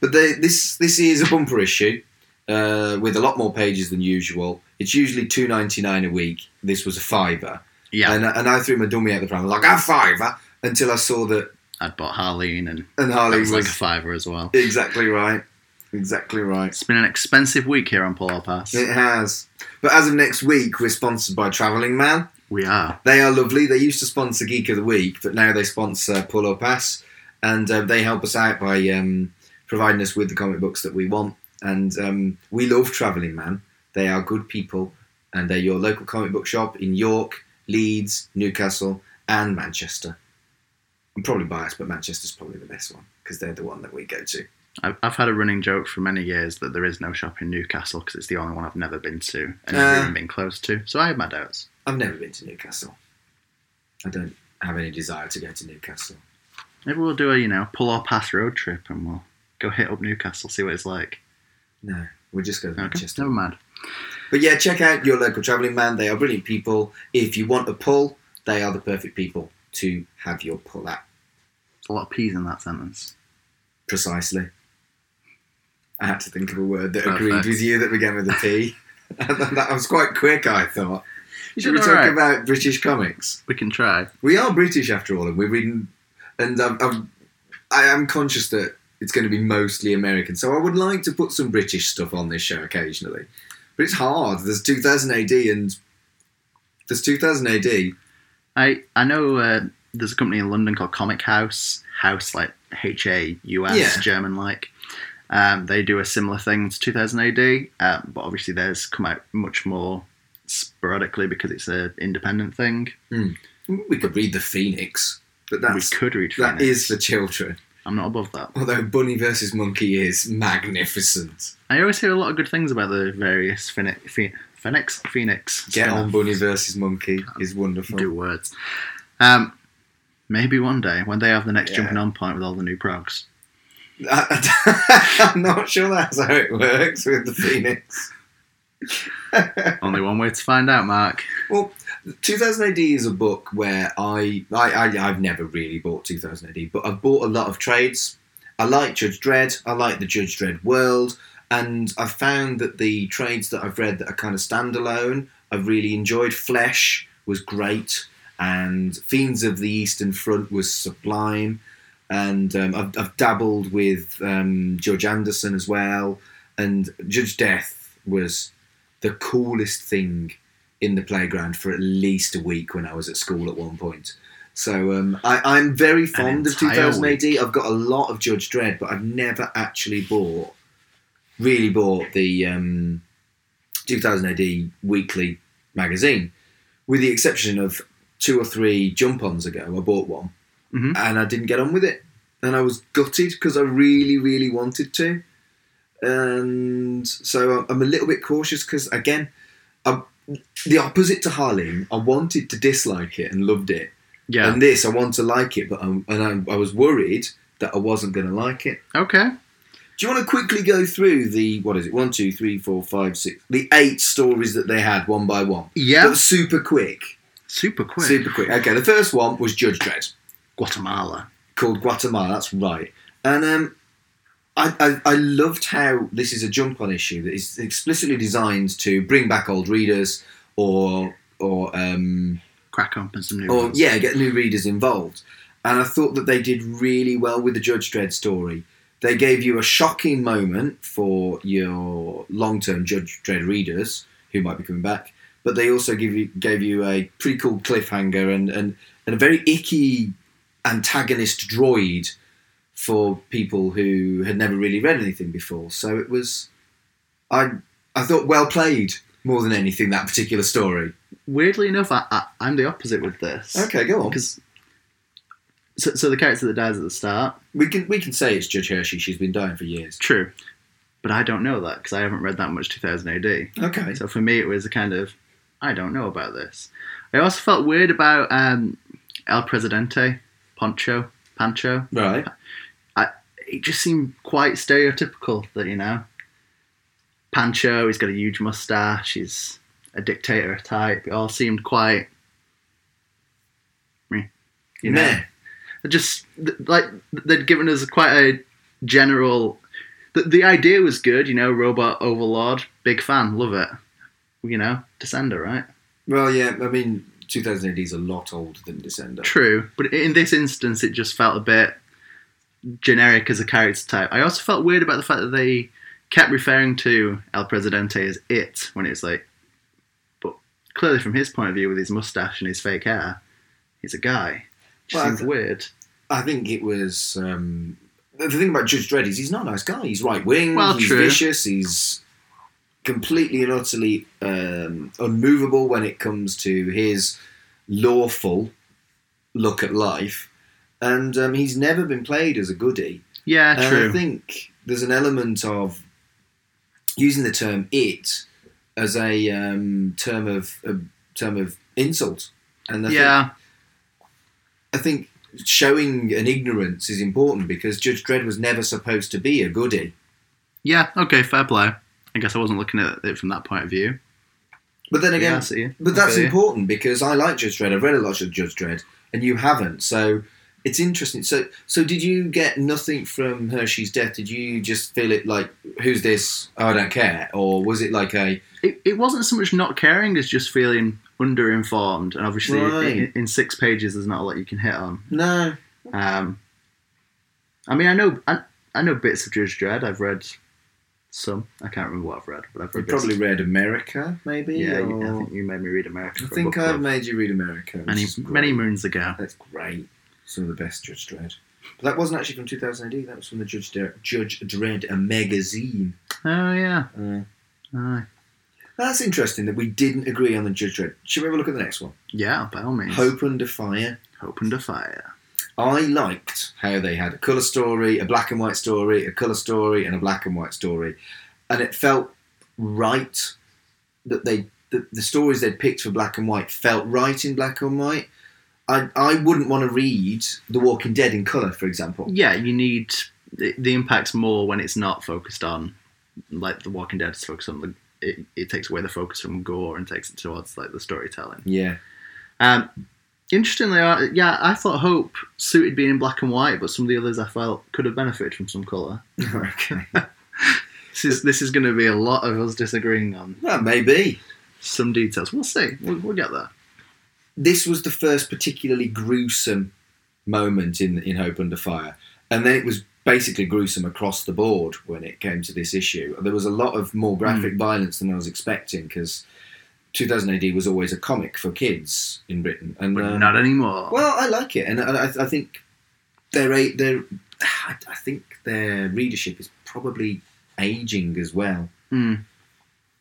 S6: But they, this this is a bumper issue uh, with a lot more pages than usual. It's usually two ninety nine a week. This was a fiver.
S7: Yeah.
S6: And, and I threw my dummy out the pram, like, a fiver, until I saw that.
S7: I'd bought Harleen and
S6: And Harleen
S7: that was, like
S6: was-
S7: a fiver as well.
S6: Exactly right. Exactly right.
S7: It's been an expensive week here on Polar Pass.
S6: It has. But as of next week, we're sponsored by Travelling Man.
S7: We are.
S6: They are lovely. They used to sponsor Geek of the Week, but now they sponsor Pull or Pass, and uh, they help us out by um, providing us with the comic books that we want. And um, we love Travelling Man. They are good people, and they're your local comic book shop in York, Leeds, Newcastle, and Manchester. I'm probably biased, but Manchester's probably the best one because they're the one that we go to.
S7: I've, I've had a running joke for many years that there is no shop in Newcastle because it's the only one I've never been to and
S6: Ah.
S7: I've even been close to. So I have my doubts.
S6: I've never been to Newcastle. I don't have any desire to go to Newcastle.
S7: Maybe we'll do a you know pull or pass road trip and we'll go hit up Newcastle, see what it's like.
S6: No, we'll just go to
S7: Okay,
S6: Manchester.
S7: never mind.
S6: But yeah, check out your local travelling man. They are brilliant people. If you want a pull, they are the perfect people to have your pull at.
S7: There's a lot of peas in that sentence.
S6: Precisely. I had to think of a word that
S7: Perfect.
S6: agreed with you that began with a T. that, that was quite quick, I thought.
S7: You
S6: Should we
S7: did
S6: talk
S7: alright.
S6: about British comics?
S7: We can try.
S6: We are British after all, and we're reading. And I'm, I'm, I am conscious that it's going to be mostly American, so I would like to put some British stuff on this show occasionally. But it's hard. There's 2000 AD, and there's 2000 AD,
S7: I I know uh, there's a company in London called Comic House, House like H A U S
S6: Yeah.
S7: German like. Um, they do a similar thing to 2000 AD, um, but obviously theirs come out much more sporadically because it's an independent thing.
S6: We could read the Phoenix, but that's
S7: we could read
S6: that
S7: Phoenix.
S6: is for children.
S7: I'm not above that.
S6: Although Bunny versus Monkey is magnificent.
S7: I always hear a lot of good things about the various Phoenix, Phoenix, Phoenix.
S6: Get on
S7: spin-off.
S6: Bunny versus Monkey is wonderful.
S7: do words. Um, maybe one day when they have the next
S6: Yeah.
S7: jumping on point with all the new progs.
S6: I'm not sure that's how it works with the Phoenix.
S7: Only one way to find out, Mark.
S6: Well, 2000 AD is a book where I, I, I I've never really bought 2000 AD, but I've bought a lot of trades. I like Judge Dredd. I like the Judge Dredd world, and I've found that the trades that I've read that are kind of standalone, I've really enjoyed. Flesh was great, and Fiends of the Eastern Front was sublime, and um, I've, I've dabbled with um, George Anderson as well, and Judge Death was the coolest thing in the playground for at least a week when I was at school at one point. So um, I, I'm very fond of
S7: entire
S6: 2000 AD. I've got a lot of Judge Dredd, but I've never actually bought, really bought the um, 2000 AD weekly magazine, with the exception of two or three jump ons ago. I bought one
S7: Mhm.
S6: and I didn't get on with it. And I was gutted because I really, really wanted to. And so I'm a little bit cautious because, again, I'm the opposite to Harleen. I wanted to dislike it and loved it.
S7: Yeah.
S6: And this, I want to like it, but I'm, and I, I was worried that I wasn't going to like it.
S7: okay.
S6: Do you want to quickly go through the what is it? One, two, three, four, five, six, the eight stories that they had one by one.
S7: Yeah.
S6: but super quick,
S7: Super quick.
S6: super quick. Okay, the first one was Judge Dredd,
S7: Guatemala.
S6: called Guatemala. That's right, and um, I, I I loved how this is a jump on issue that is explicitly designed to bring back old readers or or um,
S7: Crack open some new
S6: or
S7: ones.
S6: Oh, yeah, get new readers involved. And I thought that they did really well with the Judge Dredd story. They gave you a shocking moment for your long-term Judge Dredd readers who might be coming back, but they also give you gave you a pretty cool cliffhanger and and, and a very icky antagonist droid for people who had never really read anything before. So it was, I I thought well played more than anything that particular story.
S7: Weirdly enough, I, I, I'm the opposite with this.
S6: Okay, go on.
S7: Because so, so the character that dies at the start,
S6: We can we can say it's Judge Hershey. She's been dying for years.
S7: true, but I don't know that because I haven't read that much 2000 AD.
S6: Okay.
S7: So for me, it was a kind of, I don't know about this. I also felt weird about um, El Presidente, Poncho, Pancho.
S6: Right.
S7: It just seemed quite stereotypical that, you know, Pancho, he's got a huge mustache, he's a dictator type. It all seemed quite. meh, You know?
S6: Meh.
S7: It Just, th- like, they'd given us quite a general. The, the idea was good, you know, Robot Overlord, big fan, love it. You know, Descender, right?
S6: Well, yeah. I mean, 2008 is a lot older than Descender.
S7: True, but in this instance, it just felt a bit generic as a character type. I also felt weird about the fact that they kept referring to El Presidente as it when it's like, but clearly from his point of view, with his mustache and his fake hair, he's a guy. Which
S6: Well,
S7: seems
S6: I-
S7: weird.
S6: I think it was. Um, the the thing about Judge Dredd is he's not a nice guy. He's right wing.
S7: Well,
S6: he's
S7: true.
S6: vicious. He's completely and utterly um, unmovable when it comes to his lawful look at life, and um, he's never been played as a goody.
S7: Yeah,
S6: And
S7: true.
S6: I think there's an element of using the term "it" as a um, term of a term of insult, and I think
S7: yeah,
S6: I think showing an ignorance is important because Judge Dredd was never supposed to be a goody.
S7: yeah. Okay, fair play. I guess I wasn't looking at it from that point of view.
S6: But then
S7: yeah, I
S6: again,
S7: see you.
S6: but
S7: I
S6: that's
S7: see you.
S6: important because I like Judge Dredd. I've read a lot of Judge Dredd, and you haven't. So it's interesting. So so did you get nothing from Hershey's death? Did you just feel it like who's this? Oh, I don't care. Or was it like a
S7: it, it wasn't so much not caring as just feeling underinformed and obviously
S6: Right.
S7: in, in six pages there's not a lot you can hit on
S6: no?
S7: um, i mean i know I, I know bits of judge dredd i've read some i can't remember what i've read but i've
S6: You
S7: read
S6: probably
S7: bits.
S6: read America, maybe.
S7: yeah you- i
S6: or-
S7: think you made me read america
S6: I
S7: for a
S6: think
S7: book
S6: I've
S7: club
S6: made you read America. which
S7: many
S6: is great.
S7: many moons ago
S6: That's great. Some of the best Judge Dredd. But that wasn't actually from 2008. That was from the Judge, Dre- Judge Dredd magazine.
S7: oh yeah
S6: Mm.
S7: Aye.
S6: That's interesting that we didn't agree on the Judge Dredd. Should we have a look at the next one?
S7: yeah by all means
S6: Hope Under Fire.
S7: hope and fire
S6: I liked how they had a colour story, a black and white story, a colour story, and a black and white story. And it felt right that they the, the stories they'd picked for black and white felt right in black and white. I, I wouldn't want to read The Walking Dead in colour, for example.
S7: yeah you need the, the impact's more when it's not focused on like the walking dead is focused on the it, it takes away the focus from gore and takes it towards like the storytelling
S6: Yeah.
S7: um interestingly I- yeah i thought hope suited being in black and white but some of the others i felt could have benefited from some color
S6: okay.
S7: this is this is going to be a lot of us disagreeing on
S6: Well, maybe.
S7: some details we'll see we'll, we'll get there
S6: This was the first particularly gruesome moment in in Hope Under Fire, and then it was basically gruesome across the board when it came to this issue. There was a lot of more graphic violence than I was expecting because 2000 AD was always a comic for kids in Britain, and
S7: but
S6: uh,
S7: not anymore
S6: well, I like it, and I, I- I think their a- their I I think their readership is probably aging as well.
S7: Hmm.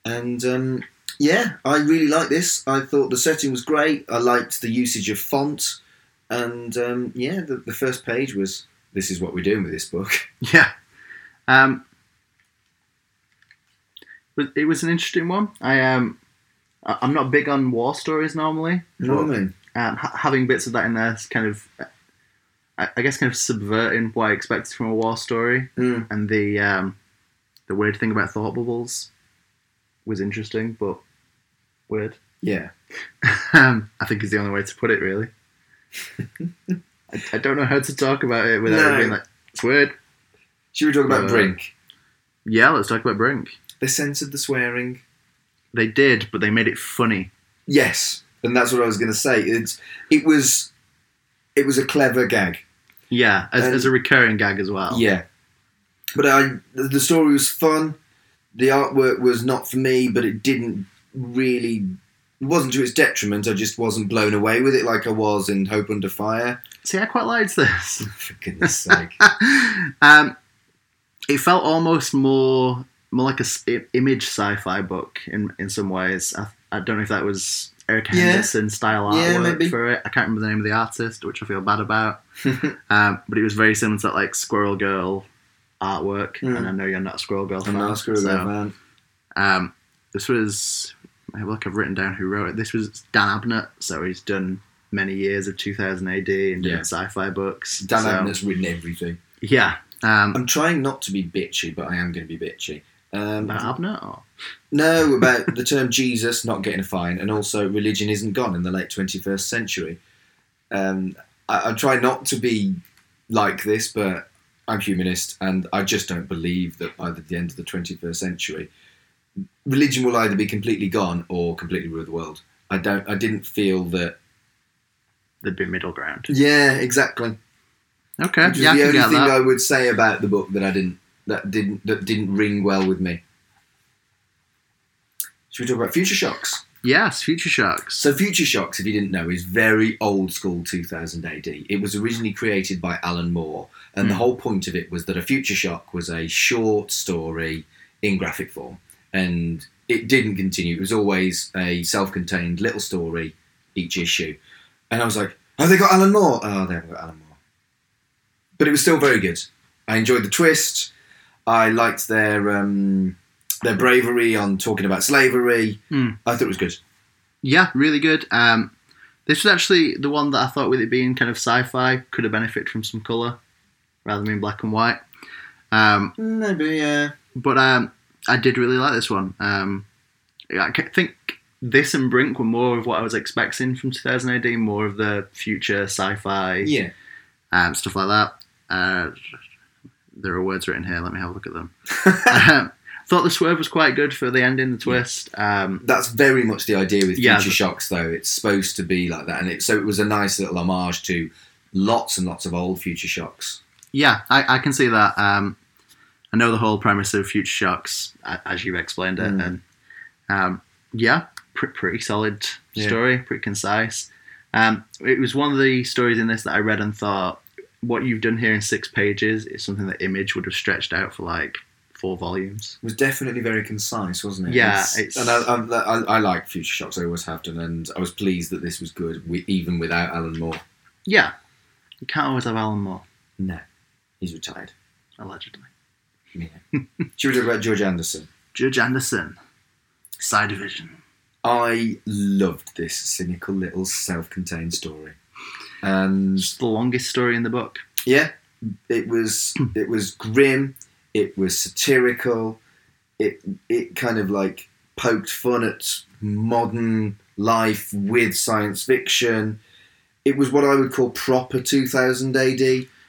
S6: and um, yeah, I really like this. I thought the setting was great. I liked the usage of font, and um, yeah, the, the first page was this is what we're doing with this book.
S7: Yeah. Um, but it was an interesting one. I um, I- I'm not big on war stories normally.
S6: You know what I mean?
S7: Um, ha- having bits of that in there is kind of, I I guess, kind of subverting what I expected from a war story.
S6: Mm.
S7: And the um, the weird thing about thought bubbles was interesting, but weird.
S6: Yeah,
S7: Um, I think is the only way to put it, really. I, I don't know how to talk about it without it
S6: No.
S7: being like it's weird.
S6: should we talk about
S7: Uh,
S6: Brink?
S7: Yeah, let's talk about Brink.
S6: They censored the swearing.
S7: They did, but they made it funny.
S6: Yes, and that's what I was going to say. It's it was it was a clever gag.
S7: Yeah, as,
S6: And-
S7: as a recurring gag as well.
S6: Yeah, but I the the story was fun. The artwork was not for me, but it didn't really it wasn't to its detriment. I just wasn't blown away with it like I was in Hope Under Fire.
S7: See, I quite liked this.
S6: For goodness sake,
S7: um, it felt almost more more like a s- i- image sci-fi book in in some ways. I, I don't know if that was Erica
S6: Yeah.
S7: Henderson style
S6: Yeah,
S7: artwork
S6: maybe.
S7: for it. I can't remember the name of the artist, which I feel bad about. um, but it was very similar to that, like Squirrel Girl artwork,
S6: Mm.
S7: and I know you're not a Squirrel Girl
S6: I'm
S7: fan.
S6: not screw
S7: so-
S6: that man.
S7: Um, this was, I have a look, I've written down who wrote it. This was Dan Abnett, so he's done many years of 2000 AD and doing
S6: Yeah.
S7: sci-fi books.
S6: Dan
S7: so,
S6: Abnett's written everything.
S7: Yeah. Um,
S6: I'm trying not to be bitchy, but I am going to be bitchy. Um,
S7: Dan Abnett? Or?
S6: No, about the term Jesus not getting a fine, and also religion isn't gone in the late 21st century. Um, I, I try not to be like this, but I'm humanist, and I just don't believe that by the end of the 21st century, religion will either be completely gone or completely rule the world. I don't. I didn't feel that.
S7: There'd be middle ground.
S6: Yeah, exactly.
S7: Okay,
S6: Which is
S7: yeah, I
S6: the
S7: can
S6: only
S7: get
S6: thing
S7: that.
S6: I would say about the book that I didn't that didn't that didn't ring well with me. Should we talk about Future Shocks?
S7: yes, Future Sharks.
S6: So Future Shocks, if you didn't know, is very old school 2000 AD. It was originally created by Alan Moore, and the whole point of it was that a Future Shock was a short story in graphic form, and it didn't continue. It was always a self-contained little story each issue, and I was like, "Have they got Alan Moore? Oh, they haven't got Alan Moore." But it was still very good. I enjoyed the twist. I liked their um, their bravery on talking about slavery. I thought it was good.
S7: Yeah, really good. Um, this was actually the one that I thought, with it being kind of sci-fi, could have benefited from some color rather than being black and white. Um,
S6: Maybe, yeah.
S7: but um, I did really like this one. Um, I ca- think this and Brink were more of what I was expecting from 2018, more of the future sci-fi
S6: Yeah.
S7: um, stuff like that. Uh, there are words written here. Let me have a look at them. um, thought the swerve was quite good for the ending, the twist. Um,
S6: That's very much the idea with
S7: Yeah,
S6: Future
S7: the-
S6: Shocks, though. It's supposed to be like that. And it, so it was a nice little homage to lots and lots of old Future Shocks.
S7: yeah, I, I can see that. Um, I know the whole premise of Future Shocks, a- as you've explained it,
S6: Mm.
S7: and um, yeah, pr- pretty solid
S6: Yeah.
S7: story, pretty concise. Um, it was one of the stories in this that I read and thought, what you've done here in six pages is something that Image would have stretched out for like four volumes.
S6: It was definitely very concise, wasn't it?
S7: Yeah,
S6: It's-
S7: it's-
S6: And I, I, I, I like Future Shocks, I always have done. And I was pleased that this was good, wi- even without Alan Moore.
S7: Yeah, you can't always have Alan Moore,
S6: No, he's retired.
S7: allegedly.
S6: Should we talk about George Anderson?
S7: Judge Anderson, Side Division.
S6: I loved this cynical little self contained story. And
S7: It's the longest story in the book.
S6: yeah it was it was grim it was satirical it it kind of like poked fun at modern life with science fiction it was what i would call proper 2000 ad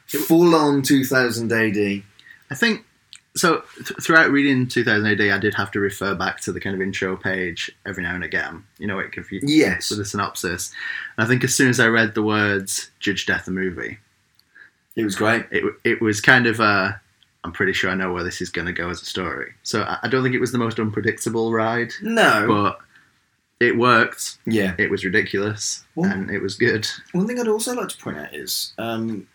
S6: full on 2000 ad
S7: I think so. Th- throughout reading 2000 AD, I did have to refer back to the kind of intro page every now and again. You know, it confused
S6: yes
S7: with the synopsis. And I think as soon as I read the words "Judge Death" the movie,
S6: it was great
S7: it w- it was kind of i I'm pretty sure I know where this is going to go as a story. So I, I don't think it was the most unpredictable ride,
S6: no
S7: but it worked.
S6: yeah
S7: It was ridiculous,
S6: Well-
S7: and it was good.
S6: One thing I'd also like to point out is um,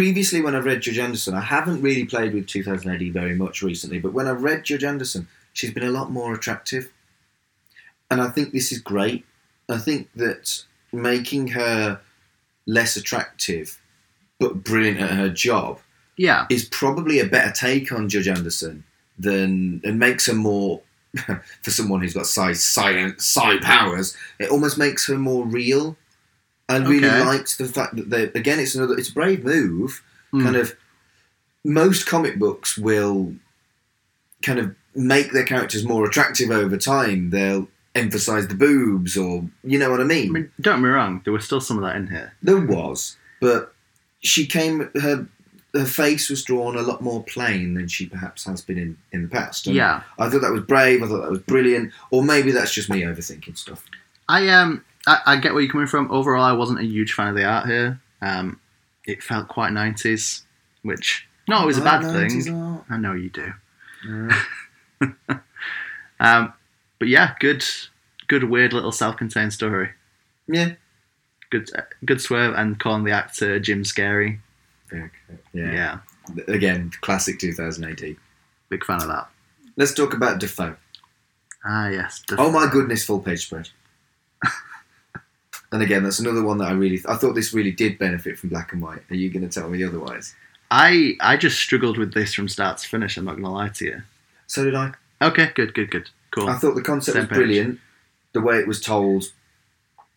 S6: previously when I've read Judge Anderson, I haven't really played with 2000 AD very much recently, but when I've read Judge Anderson, she's been a lot more attractive. And I think this is great. I think that making her less attractive but brilliant at her job
S7: Yeah,
S6: is probably a better take on Judge Anderson than and makes her more for someone who's got psi psi, psi powers. It almost makes her more real. I really
S7: Okay.
S6: liked the fact that they again it's another it's a brave move.
S7: Mm.
S6: Kind of most comic books will kind of make their characters more attractive over time. They'll emphasize the boobs or you know what I mean.
S7: I mean, don't get me wrong, there was still some of that in here.
S6: There was, but she came. Her her face was drawn a lot more plain than she perhaps has been in in the past. And
S7: Yeah.
S6: I thought that was brave. I thought that was brilliant. Or maybe that's just me overthinking stuff.
S7: I um, I, I get where you're coming from. Overall, I wasn't a huge fan of the art here. Um, it felt quite 90s, which not always a bad thing. I know you do. um, but yeah, good, good weird little self-contained story.
S6: Yeah.
S7: Good, good swerve and calling the actor Jim Scary.
S6: Okay.
S7: Yeah,
S6: Yeah. Again, classic 2018.
S7: big fan of that.
S6: Let's talk about Defoe.
S7: Ah, yes. def-
S6: Oh my goodness, full page spread. and again, that's another one that I really. I thought this really did benefit from black and white. Are you going to tell me otherwise?
S7: I I just struggled with this from start to finish. I'm not gonna lie to you.
S6: So did I.
S7: Okay, good, good, good, cool.
S6: I thought the concept
S7: Same
S6: was
S7: page.
S6: brilliant. The way it was told,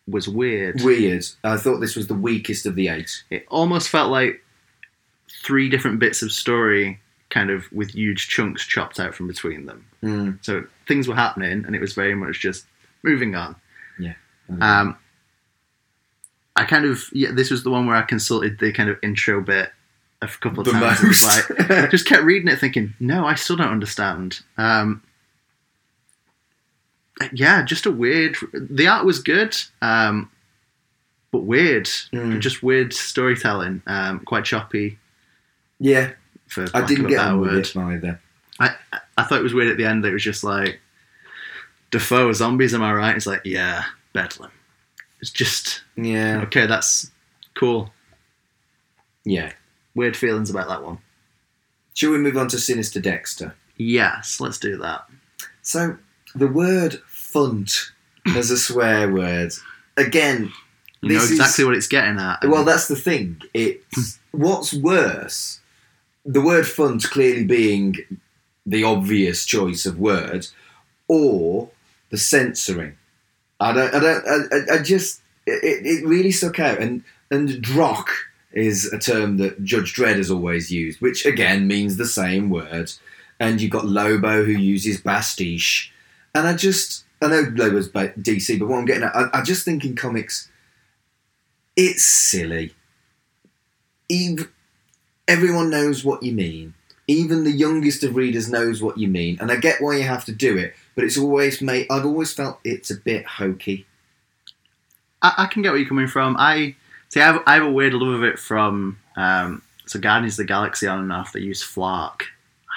S7: was weird.
S6: weird. I thought this was the weakest of the eight.
S7: it almost felt like three different bits of story kind of with huge chunks chopped out from between them
S6: Mm.
S7: so things were happening and it was very much just moving on
S6: Yeah.
S7: um i kind of yeah this was the one where i consulted the kind of intro bit a couple of
S6: The
S7: times
S6: most.
S7: and was like I just kept reading it thinking no i still don't understand um yeah, just a weird. The art was good, um, but weird.
S6: Mm.
S7: Just weird storytelling. Um, quite choppy.
S6: Yeah,
S7: For
S6: I
S7: lack
S6: didn't
S7: of a
S6: get
S7: better
S6: on with
S7: word.
S6: it either.
S7: I I thought it was weird at the end. that It was just like Defoe zombies. Am I right? It's like yeah, Bedlam. It's just
S6: Yeah,
S7: okay. That's cool.
S6: yeah.
S7: Weird feelings about that one.
S6: Shall we move on to Sinister Dexter?
S7: Yes, let's do that.
S6: So the word "funt" as a swear word again.
S7: You know
S6: This is-
S7: exactly what it's getting at.
S6: Well, that's the thing. It's what's worse. The word "funt" clearly being the obvious choice of word, or the censoring. I don't. I don't. I, I- I just. It, it really stuck out. And and drock is a term that Judge Dredd has always used, which again means the same word. And you've got Lobo who uses pastiche. And I just. I know Lobo's ba- DC, but what I'm getting at, I, I just think in comics, it's silly. Eve, everyone knows what you mean. Even the youngest of readers knows what you mean, and I get why you have to do it. But it's always made. I've always felt it's a bit hokey.
S7: I, I can get where you're coming from. I see. I have, I have a weird love of it from um, so Guardians of the Galaxy on and off. They use flark.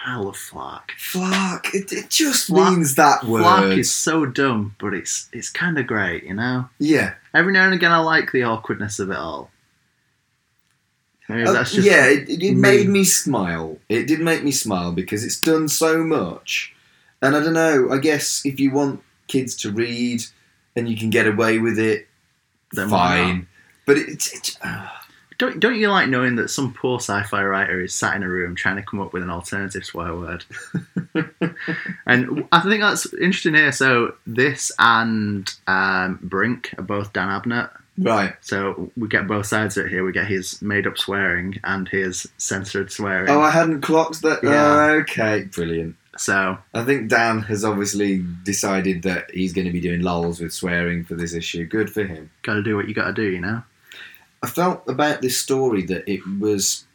S7: I love flark.
S6: Flark. It, it just
S7: Flark-
S6: means that word.
S7: Flark is so dumb, but it's it's kind of great, you know.
S6: yeah.
S7: Every now and again, I like the awkwardness of it all. Maybe
S6: Uh,
S7: that's just
S6: yeah, it, it it made me smile. It did make me smile because it's done so much. And I don't know, I guess if you want kids to read and you can get away with it,
S7: Then why not?
S6: fine. But it, it, it- ah.
S7: Don't don't you like knowing that some poor sci-fi writer is sat in a room trying to come up with an alternative swear word? and I think that's interesting here. So this and um, Brink are both Dan Abnett.
S6: right.
S7: So we get both sides of it here. We get his made-up swearing and his censored swearing.
S6: Oh, I hadn't clocked that. Oh,
S7: Yeah.
S6: okay, brilliant.
S7: so
S6: I think Dan has obviously decided that he's going to be doing lulls with swearing for this issue. Good for him.
S7: got to do what you got to do, you know.
S6: I felt about this story that it was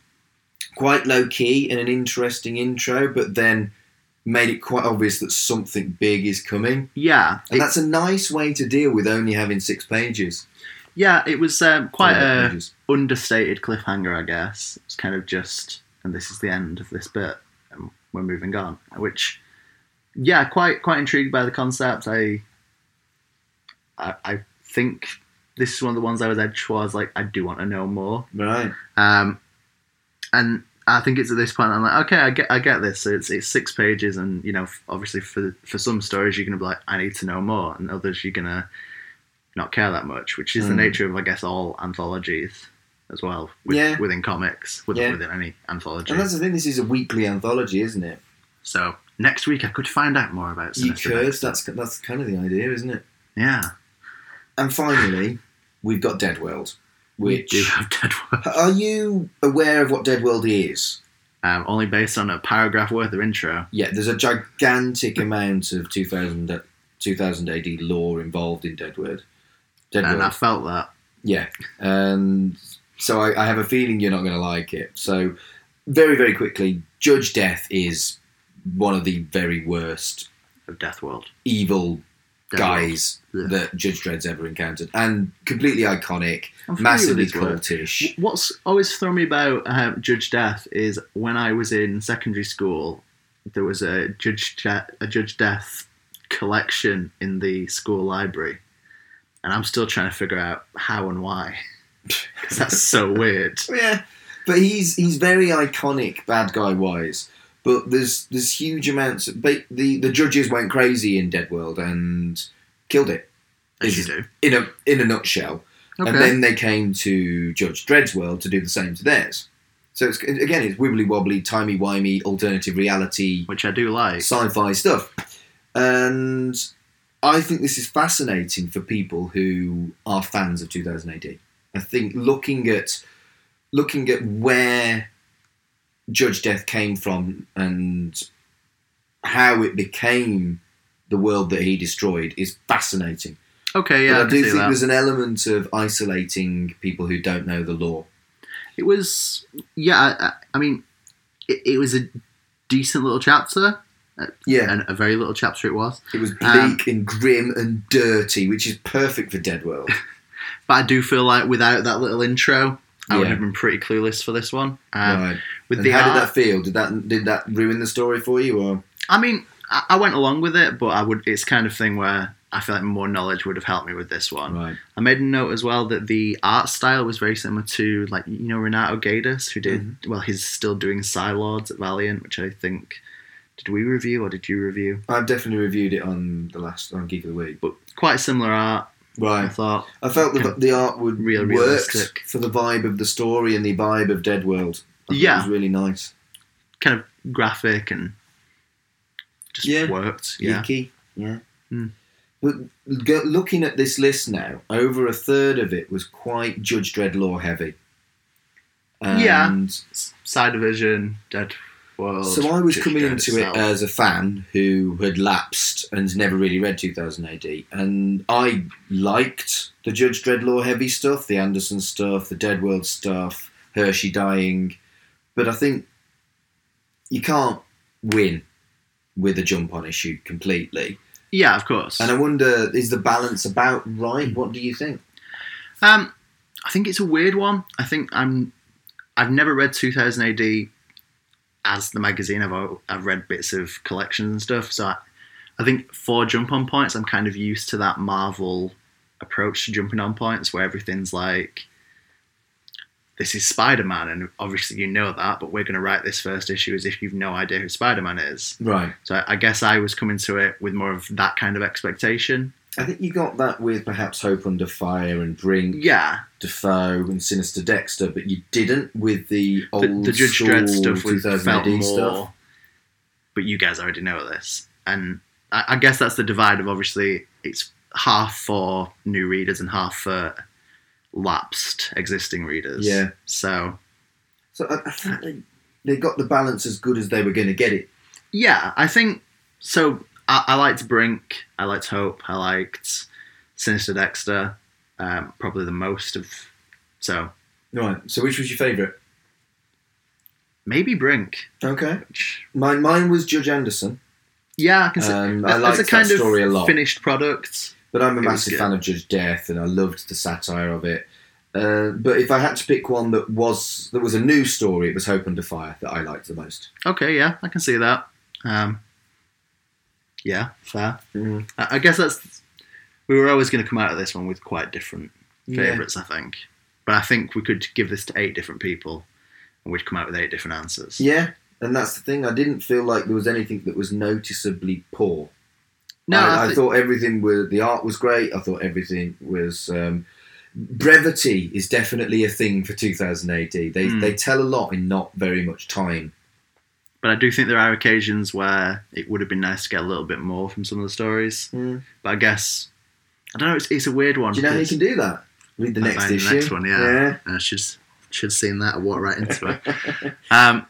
S6: quite low key and an interesting intro, but then made it quite obvious that something big is coming.
S7: Yeah,
S6: And
S7: it-
S6: that's a nice way to deal with only having six pages.
S7: yeah. It was um, quite
S6: Yeah,
S7: a
S6: pages.
S7: understated cliffhanger, I guess. It's kind of just, and this is the end of this bit, and we're moving on. Which, yeah, quite quite intrigued by the concept. I, I, I think this is one of the ones I was edged towards. Like, I do want to know more.
S6: Right.
S7: Um, and I think it's at this point I'm like, okay, I get, I get this. So it's it's six pages, and you know, f- obviously for for some stories you're gonna be like, I need to know more, and others you're gonna not care that much, which is the
S6: Mm.
S7: nature of I guess all anthologies as well.
S6: Yeah.
S7: Within comics, with,
S6: Yeah.
S7: within any anthology.
S6: And that's the thing, this is a weekly anthology, isn't it?
S7: So next week I could find out more about.
S6: You
S7: Sinister
S6: could.
S7: Dexter.
S6: That's, that's kind of the idea, isn't it?
S7: yeah.
S6: And finally, we've got Dead World, which.
S7: We do have dead work.
S6: Are you aware of what Dead World is?
S7: Um, only based on a paragraph worth of intro.
S6: Yeah, there's a gigantic amount of 2000, a- 2000 AD lore involved in Dead World. Dead
S7: and I
S6: World.
S7: felt that.
S6: Yeah. And so I, I have a feeling you're not going to like it. So, very, very quickly, Judge Death is one of the very worst
S7: Of Death World.
S6: evil
S7: Dead
S6: guys
S7: World. Yeah.
S6: that Judge Dredd's ever encountered. And completely iconic,
S7: I'm familiar with
S6: massively
S7: his work.
S6: cultish.
S7: What's always thrown me about uh, Judge Death is when I was in secondary school, there was a Judge De- a Judge Death collection in the school library, and I'm still trying to figure out how and why. 'Cause that's so weird.
S6: Yeah, but he's he's very iconic bad guy wise. But there's there's huge amounts. Of, but the the judges went crazy in Dead World and killed it.
S7: As you
S6: Is-
S7: do.
S6: in a in a nutshell.
S7: Okay.
S6: And then they came to Judge Dredd's world to do the same to theirs. So it's again it's wibbly wobbly, timey wimey, alternative reality
S7: Which I do like.
S6: sci-fi stuff. And I think this is fascinating for people who are fans of 2000 AD. I think looking at looking at where Judge Death came from and how it became the world that he destroyed is fascinating.
S7: Okay, yeah,
S6: but
S7: I
S6: I,
S7: can
S6: do
S7: see
S6: think
S7: that.
S6: there's an element of isolating people who don't know the law.
S7: It was, yeah, I, I- I mean, it, it was a decent little chapter.
S6: Yeah.
S7: and a very little chapter it was.
S6: It was bleak
S7: Um,
S6: and grim and dirty, which is perfect for Dead World.
S7: But I do feel like without that little intro, I would
S6: Yeah.
S7: have been pretty clueless for this one. Um,
S6: right.
S7: With
S6: And
S7: the
S6: how did
S7: art,
S6: that feel? Did that did that ruin the story for you? Or
S7: I mean, I, I went along with it, but I would. It's kind of thing where I feel like more knowledge would have helped me with this one.
S6: right,
S7: I made a note as well that the art style was very similar to, like, you know, Renato Gaidas, who did,
S6: Mm-hmm.
S7: well, he's still doing Psylords at Valiant, which I think, did we review or did you review?
S6: I've definitely reviewed it on the last on Geek of the Week.
S7: But quite similar art, I
S6: Right,
S7: thought.
S6: I felt that the art would
S7: Real
S6: worked
S7: realistic.
S6: for the vibe of the story and the vibe of Dead World. I thought
S7: Yeah.
S6: it was really nice.
S7: Kind of graphic and just
S6: Yeah.
S7: worked. Yeah.
S6: Geeky, yeah.
S7: Mm.
S6: But go, looking at this list now, over a third of it was quite Judge Dredd law heavy.
S7: Yeah.
S6: And
S7: Side Division, Dead World.
S6: So I was
S7: Just
S6: coming
S7: Dead
S6: into it
S7: Cell.
S6: as a fan who had lapsed and never really read 2000 AD, and I liked the Judge Dreadlaw heavy stuff, the Anderson stuff, the Dead World stuff, Hershey dying, but I think you can't win with a jump on issue completely.
S7: Yeah, of course.
S6: And I wonder, is the balance about right? What do you think?
S7: Um, I think it's a weird one. I think I'm. I've never read 2000 AD as the magazine. I've al- I've read bits of collections and stuff. So I, I think for jump on points, I'm kind of used to that Marvel approach to jumping on points, where everything's like, this is Spider Man, and obviously you know that, but we're going to write this first issue as if you've no idea who Spider Man is.
S6: Right.
S7: So I, I guess I was coming to it with more of that kind of expectation.
S6: I think you got that with perhaps Hope Under Fire and Brink
S7: Yeah,
S6: Defoe and Sinister Dexter, but you didn't with the old
S7: the, the Judge
S6: school
S7: Dredd stuff was
S6: 2000
S7: felt
S6: AD
S7: more.
S6: stuff.
S7: But you guys already know this, and I, I guess that's the divide of obviously it's half for new readers and half for lapsed existing readers.
S6: Yeah.
S7: So
S6: So I, I think they, they got the balance as good as they were going to get it.
S7: yeah, I think so. I, I liked Brink. I liked Hope. I liked Sinister Dexter. Um, probably the most of. So
S6: Right. So which was your favourite?
S7: maybe Brink.
S6: Okay.
S7: Which,
S6: Mine mine was Judge Anderson,
S7: yeah, I can see.
S6: Um, I
S7: as
S6: liked
S7: a
S6: that
S7: kind
S6: story a
S7: of
S6: lot.
S7: finished product.
S6: but I'm a
S7: It was
S6: massive
S7: good.
S6: fan of Judge Death, and I loved the satire of it. Uh, but if I had to pick one that was that was a new story, it was Hope Under Fire that I liked the most.
S7: Okay, yeah, I can see that. Um, yeah, fair.
S6: Mm.
S7: I, I guess that's we were always going to come out of this one with quite different favourites, I think. But I think we could give this to eight different people, and we'd come out with eight different answers.
S6: Yeah, and that's the thing. I didn't feel like there was anything that was noticeably poor.
S7: no,
S6: I, I,
S7: thi-
S6: thought everything was the art was great. I thought everything was um, brevity is definitely a thing for 2000 AD. They they
S7: Hmm.
S6: tell a lot in not very much time.
S7: but I do think there are occasions where it would have been nice to get a little bit more from some of the stories. But I guess I don't know. It's, it's a weird one.
S6: Mm. Do you know how you
S7: because-
S6: can do that? Read the
S7: I
S6: next
S7: find
S6: issue.
S7: The next one, yeah. I should should have seen that. I walked right into it. um,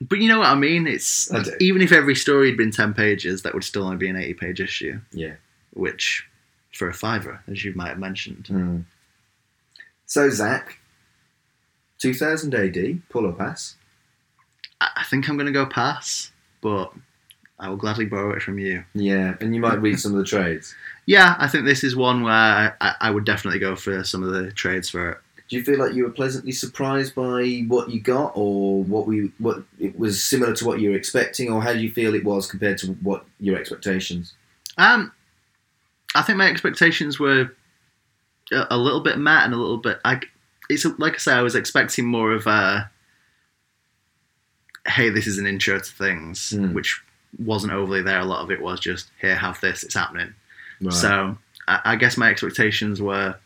S7: but you know what I mean. It's uh,
S6: I do.
S7: even if every story had been ten pages, that would still only be an eighty-page issue,
S6: yeah.
S7: which for a fiver, as you might have mentioned.
S6: Mm. So Zach, 2000 AD, pull or pass?
S7: I, I think I'm going to go pass, but I will gladly borrow it from you.
S6: Yeah, and you might read some of the trades.
S7: Yeah, I think this is one where I, I would definitely go for some of the trades for it.
S6: Do you feel like you were pleasantly surprised by what you got, or what we what it was similar to what you were expecting, or how do you feel it was compared to what your expectations?
S7: Um, I think my expectations were a, a little bit met and a little bit. I, it's like I say, I was expecting more of a. Hey, this is an intro to things,
S6: Hmm.
S7: which wasn't overly there. A lot of it was just here, have this, it's happening. So I, I guess my expectations were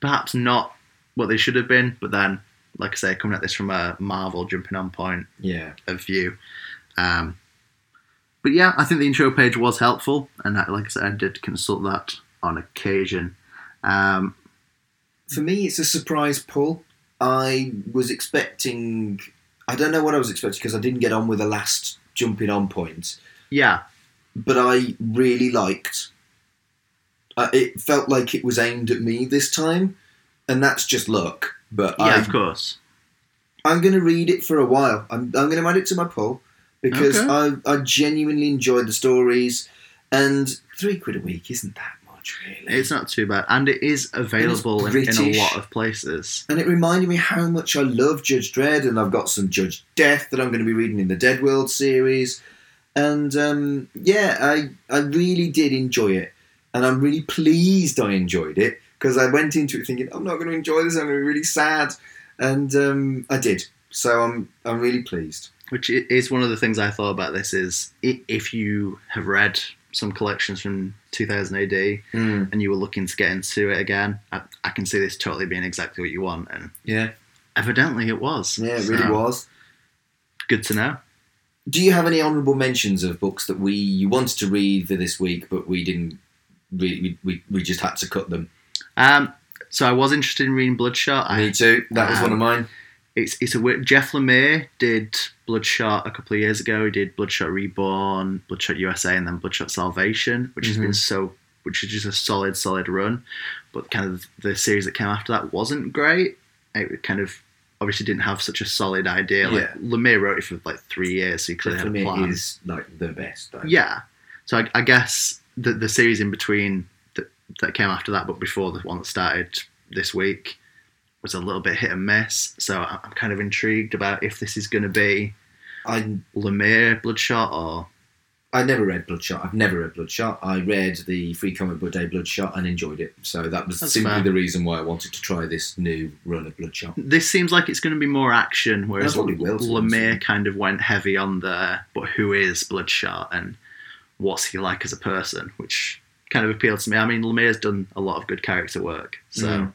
S7: perhaps not what they should have been, but then, like I say, coming at this from a Marvel jumping on point
S6: yeah,
S7: of view. Um, but yeah, I think the intro page was helpful, and I, like I said, I did consult that on occasion. Um,
S6: for me, it's a surprise pull. I was expecting. I don't know what I was expecting because I didn't get on with the last jumping on point,
S7: yeah,
S6: but I really liked. Uh, it felt like it was aimed at me this time, and that's just luck. But
S7: yeah,
S6: I
S7: of course.
S6: I'm going to read it for a while. I'm, I'm going to add it to my poll, because
S7: Okay.
S6: I, I genuinely enjoyed the stories, and three quid a week isn't that much really.
S7: It's not too bad, and it is available
S6: And
S7: in,
S6: it's
S7: in a
S6: British.
S7: lot of places.
S6: and it reminded me how much I love Judge Dredd, and I've got some Judge Death that I'm going to be reading in the Dead World series, and um, yeah, I I really did enjoy it, and I'm really pleased I enjoyed it because I went into it thinking I'm not going to enjoy this, I'm going to be really sad, and um, I did. So I'm I'm really pleased.
S7: Which i- is one of the things I thought about this is i- if you have read some collections from 2000 AD and you were looking to get into it again, I, I can see this totally being exactly what you want, and
S6: Yeah,
S7: evidently it was.
S6: yeah, it really
S7: So,
S6: was.
S7: Good to know.
S6: Do you have any honourable mentions of books that we you wanted to read for this week, but we didn't? We we, we, we just had to cut them.
S7: Um, so I was interested in reading Bloodshot. I, Um,
S6: Me too. That was one of mine.
S7: it's it's a weird. Jeff Lemire did Bloodshot a couple of years ago. He did Bloodshot Reborn, Bloodshot USA, and then Bloodshot Salvation, which has
S6: Mm-hmm.
S7: been so, which is just a solid, solid run. But kind of the series that came after that wasn't great. It kind of obviously didn't have such a solid idea. Like
S6: Yeah.
S7: Lemire wrote it for like three years, so he clearly
S6: for
S7: had a
S6: me
S7: plan.
S6: is like the best. Though.
S7: Yeah. So I, I guess the the series in between that, that came after that, but before the one that started this week, was a little bit hit and miss. So I- I'm kind of intrigued about if this is going to be
S6: I
S7: Lemire Bloodshot or
S6: I never read Bloodshot. I've never read Bloodshot. I read the Free Comic Book Day Bloodshot and enjoyed it. So that was
S7: That's
S6: simply
S7: fair.
S6: the reason why I wanted to try this new run of Bloodshot.
S7: this seems like it's going to be more action, whereas
S6: That's what we will see,
S7: Lemire
S6: isn't it?
S7: kind of went heavy on the but who is Bloodshot and what's he like as a person, which kind of appealed to me. I mean, Lemire's done a lot of good character work, so
S6: Mm.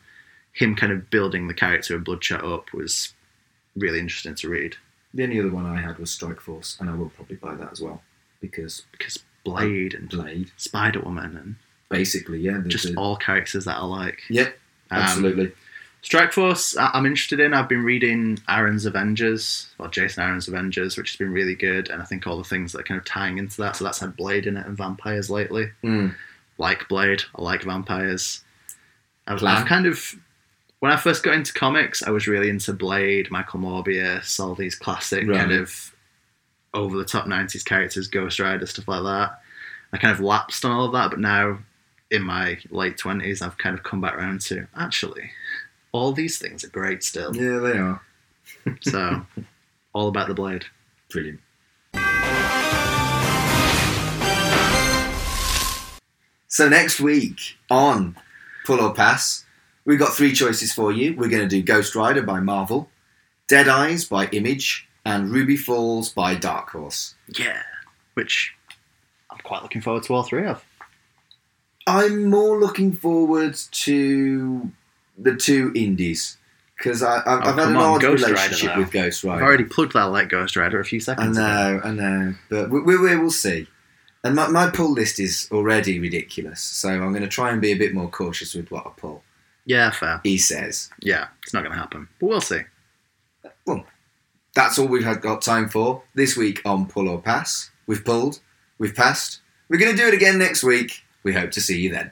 S7: him kind of building the character of Bloodshot up was really interesting to read
S6: The only other one I had was Strike Force, and I will probably buy that as well because
S7: because Blade and
S6: Blade,
S7: Spider Woman and
S6: basically, yeah, the,
S7: just
S6: the-
S7: all characters that I like.
S6: yeah,
S7: Um,
S6: absolutely.
S7: Strike Force, I- I'm interested in. I've been reading Aaron's Avengers, or Jason Aaron's Avengers, which has been really good, and I think all the things that are kind of tying into that. So that's had Blade in it and vampires lately.
S6: Mm.
S7: Like Blade, I like vampires. I've,
S6: Plan.
S7: I've kind of, when I first got into comics, I was really into Blade, Michael Morbius, all these classic kind
S6: Right.
S7: of over the top 90s characters, Ghost Rider, stuff like that. I kind of lapsed on all of that, but now in my late 20s, I've kind of come back around to actually, all these things are great still.
S6: Yeah, they are
S7: So, all about the blade.
S6: brilliant. So next week on Pull or Pass, we've got three choices for you. We're going to do Ghost Rider by Marvel, Dead Eyes by Image, and Ruby Falls by Dark Horse.
S7: Yeah. Which I'm quite looking forward to all three of.
S6: I'm more looking forward to the two indies because I've,
S7: Oh,
S6: I've had
S7: come
S6: an
S7: on,
S6: odd
S7: Ghost Rider,
S6: relationship
S7: though.
S6: with Ghost Rider.
S7: I've already plugged that like Ghost Rider a few
S6: I
S7: seconds ago.
S6: know, I know, but we, we, we will see. And my, my pull list is already ridiculous, so I'm going to try and be a bit more cautious with what I pull.
S7: Yeah, fair.
S6: He says.
S7: Yeah, it's not going to happen. But we'll see.
S6: That's all we've had got time for this week on Pull or Pass. We've pulled, we've passed, we're going to do it again next week. We hope to see you then.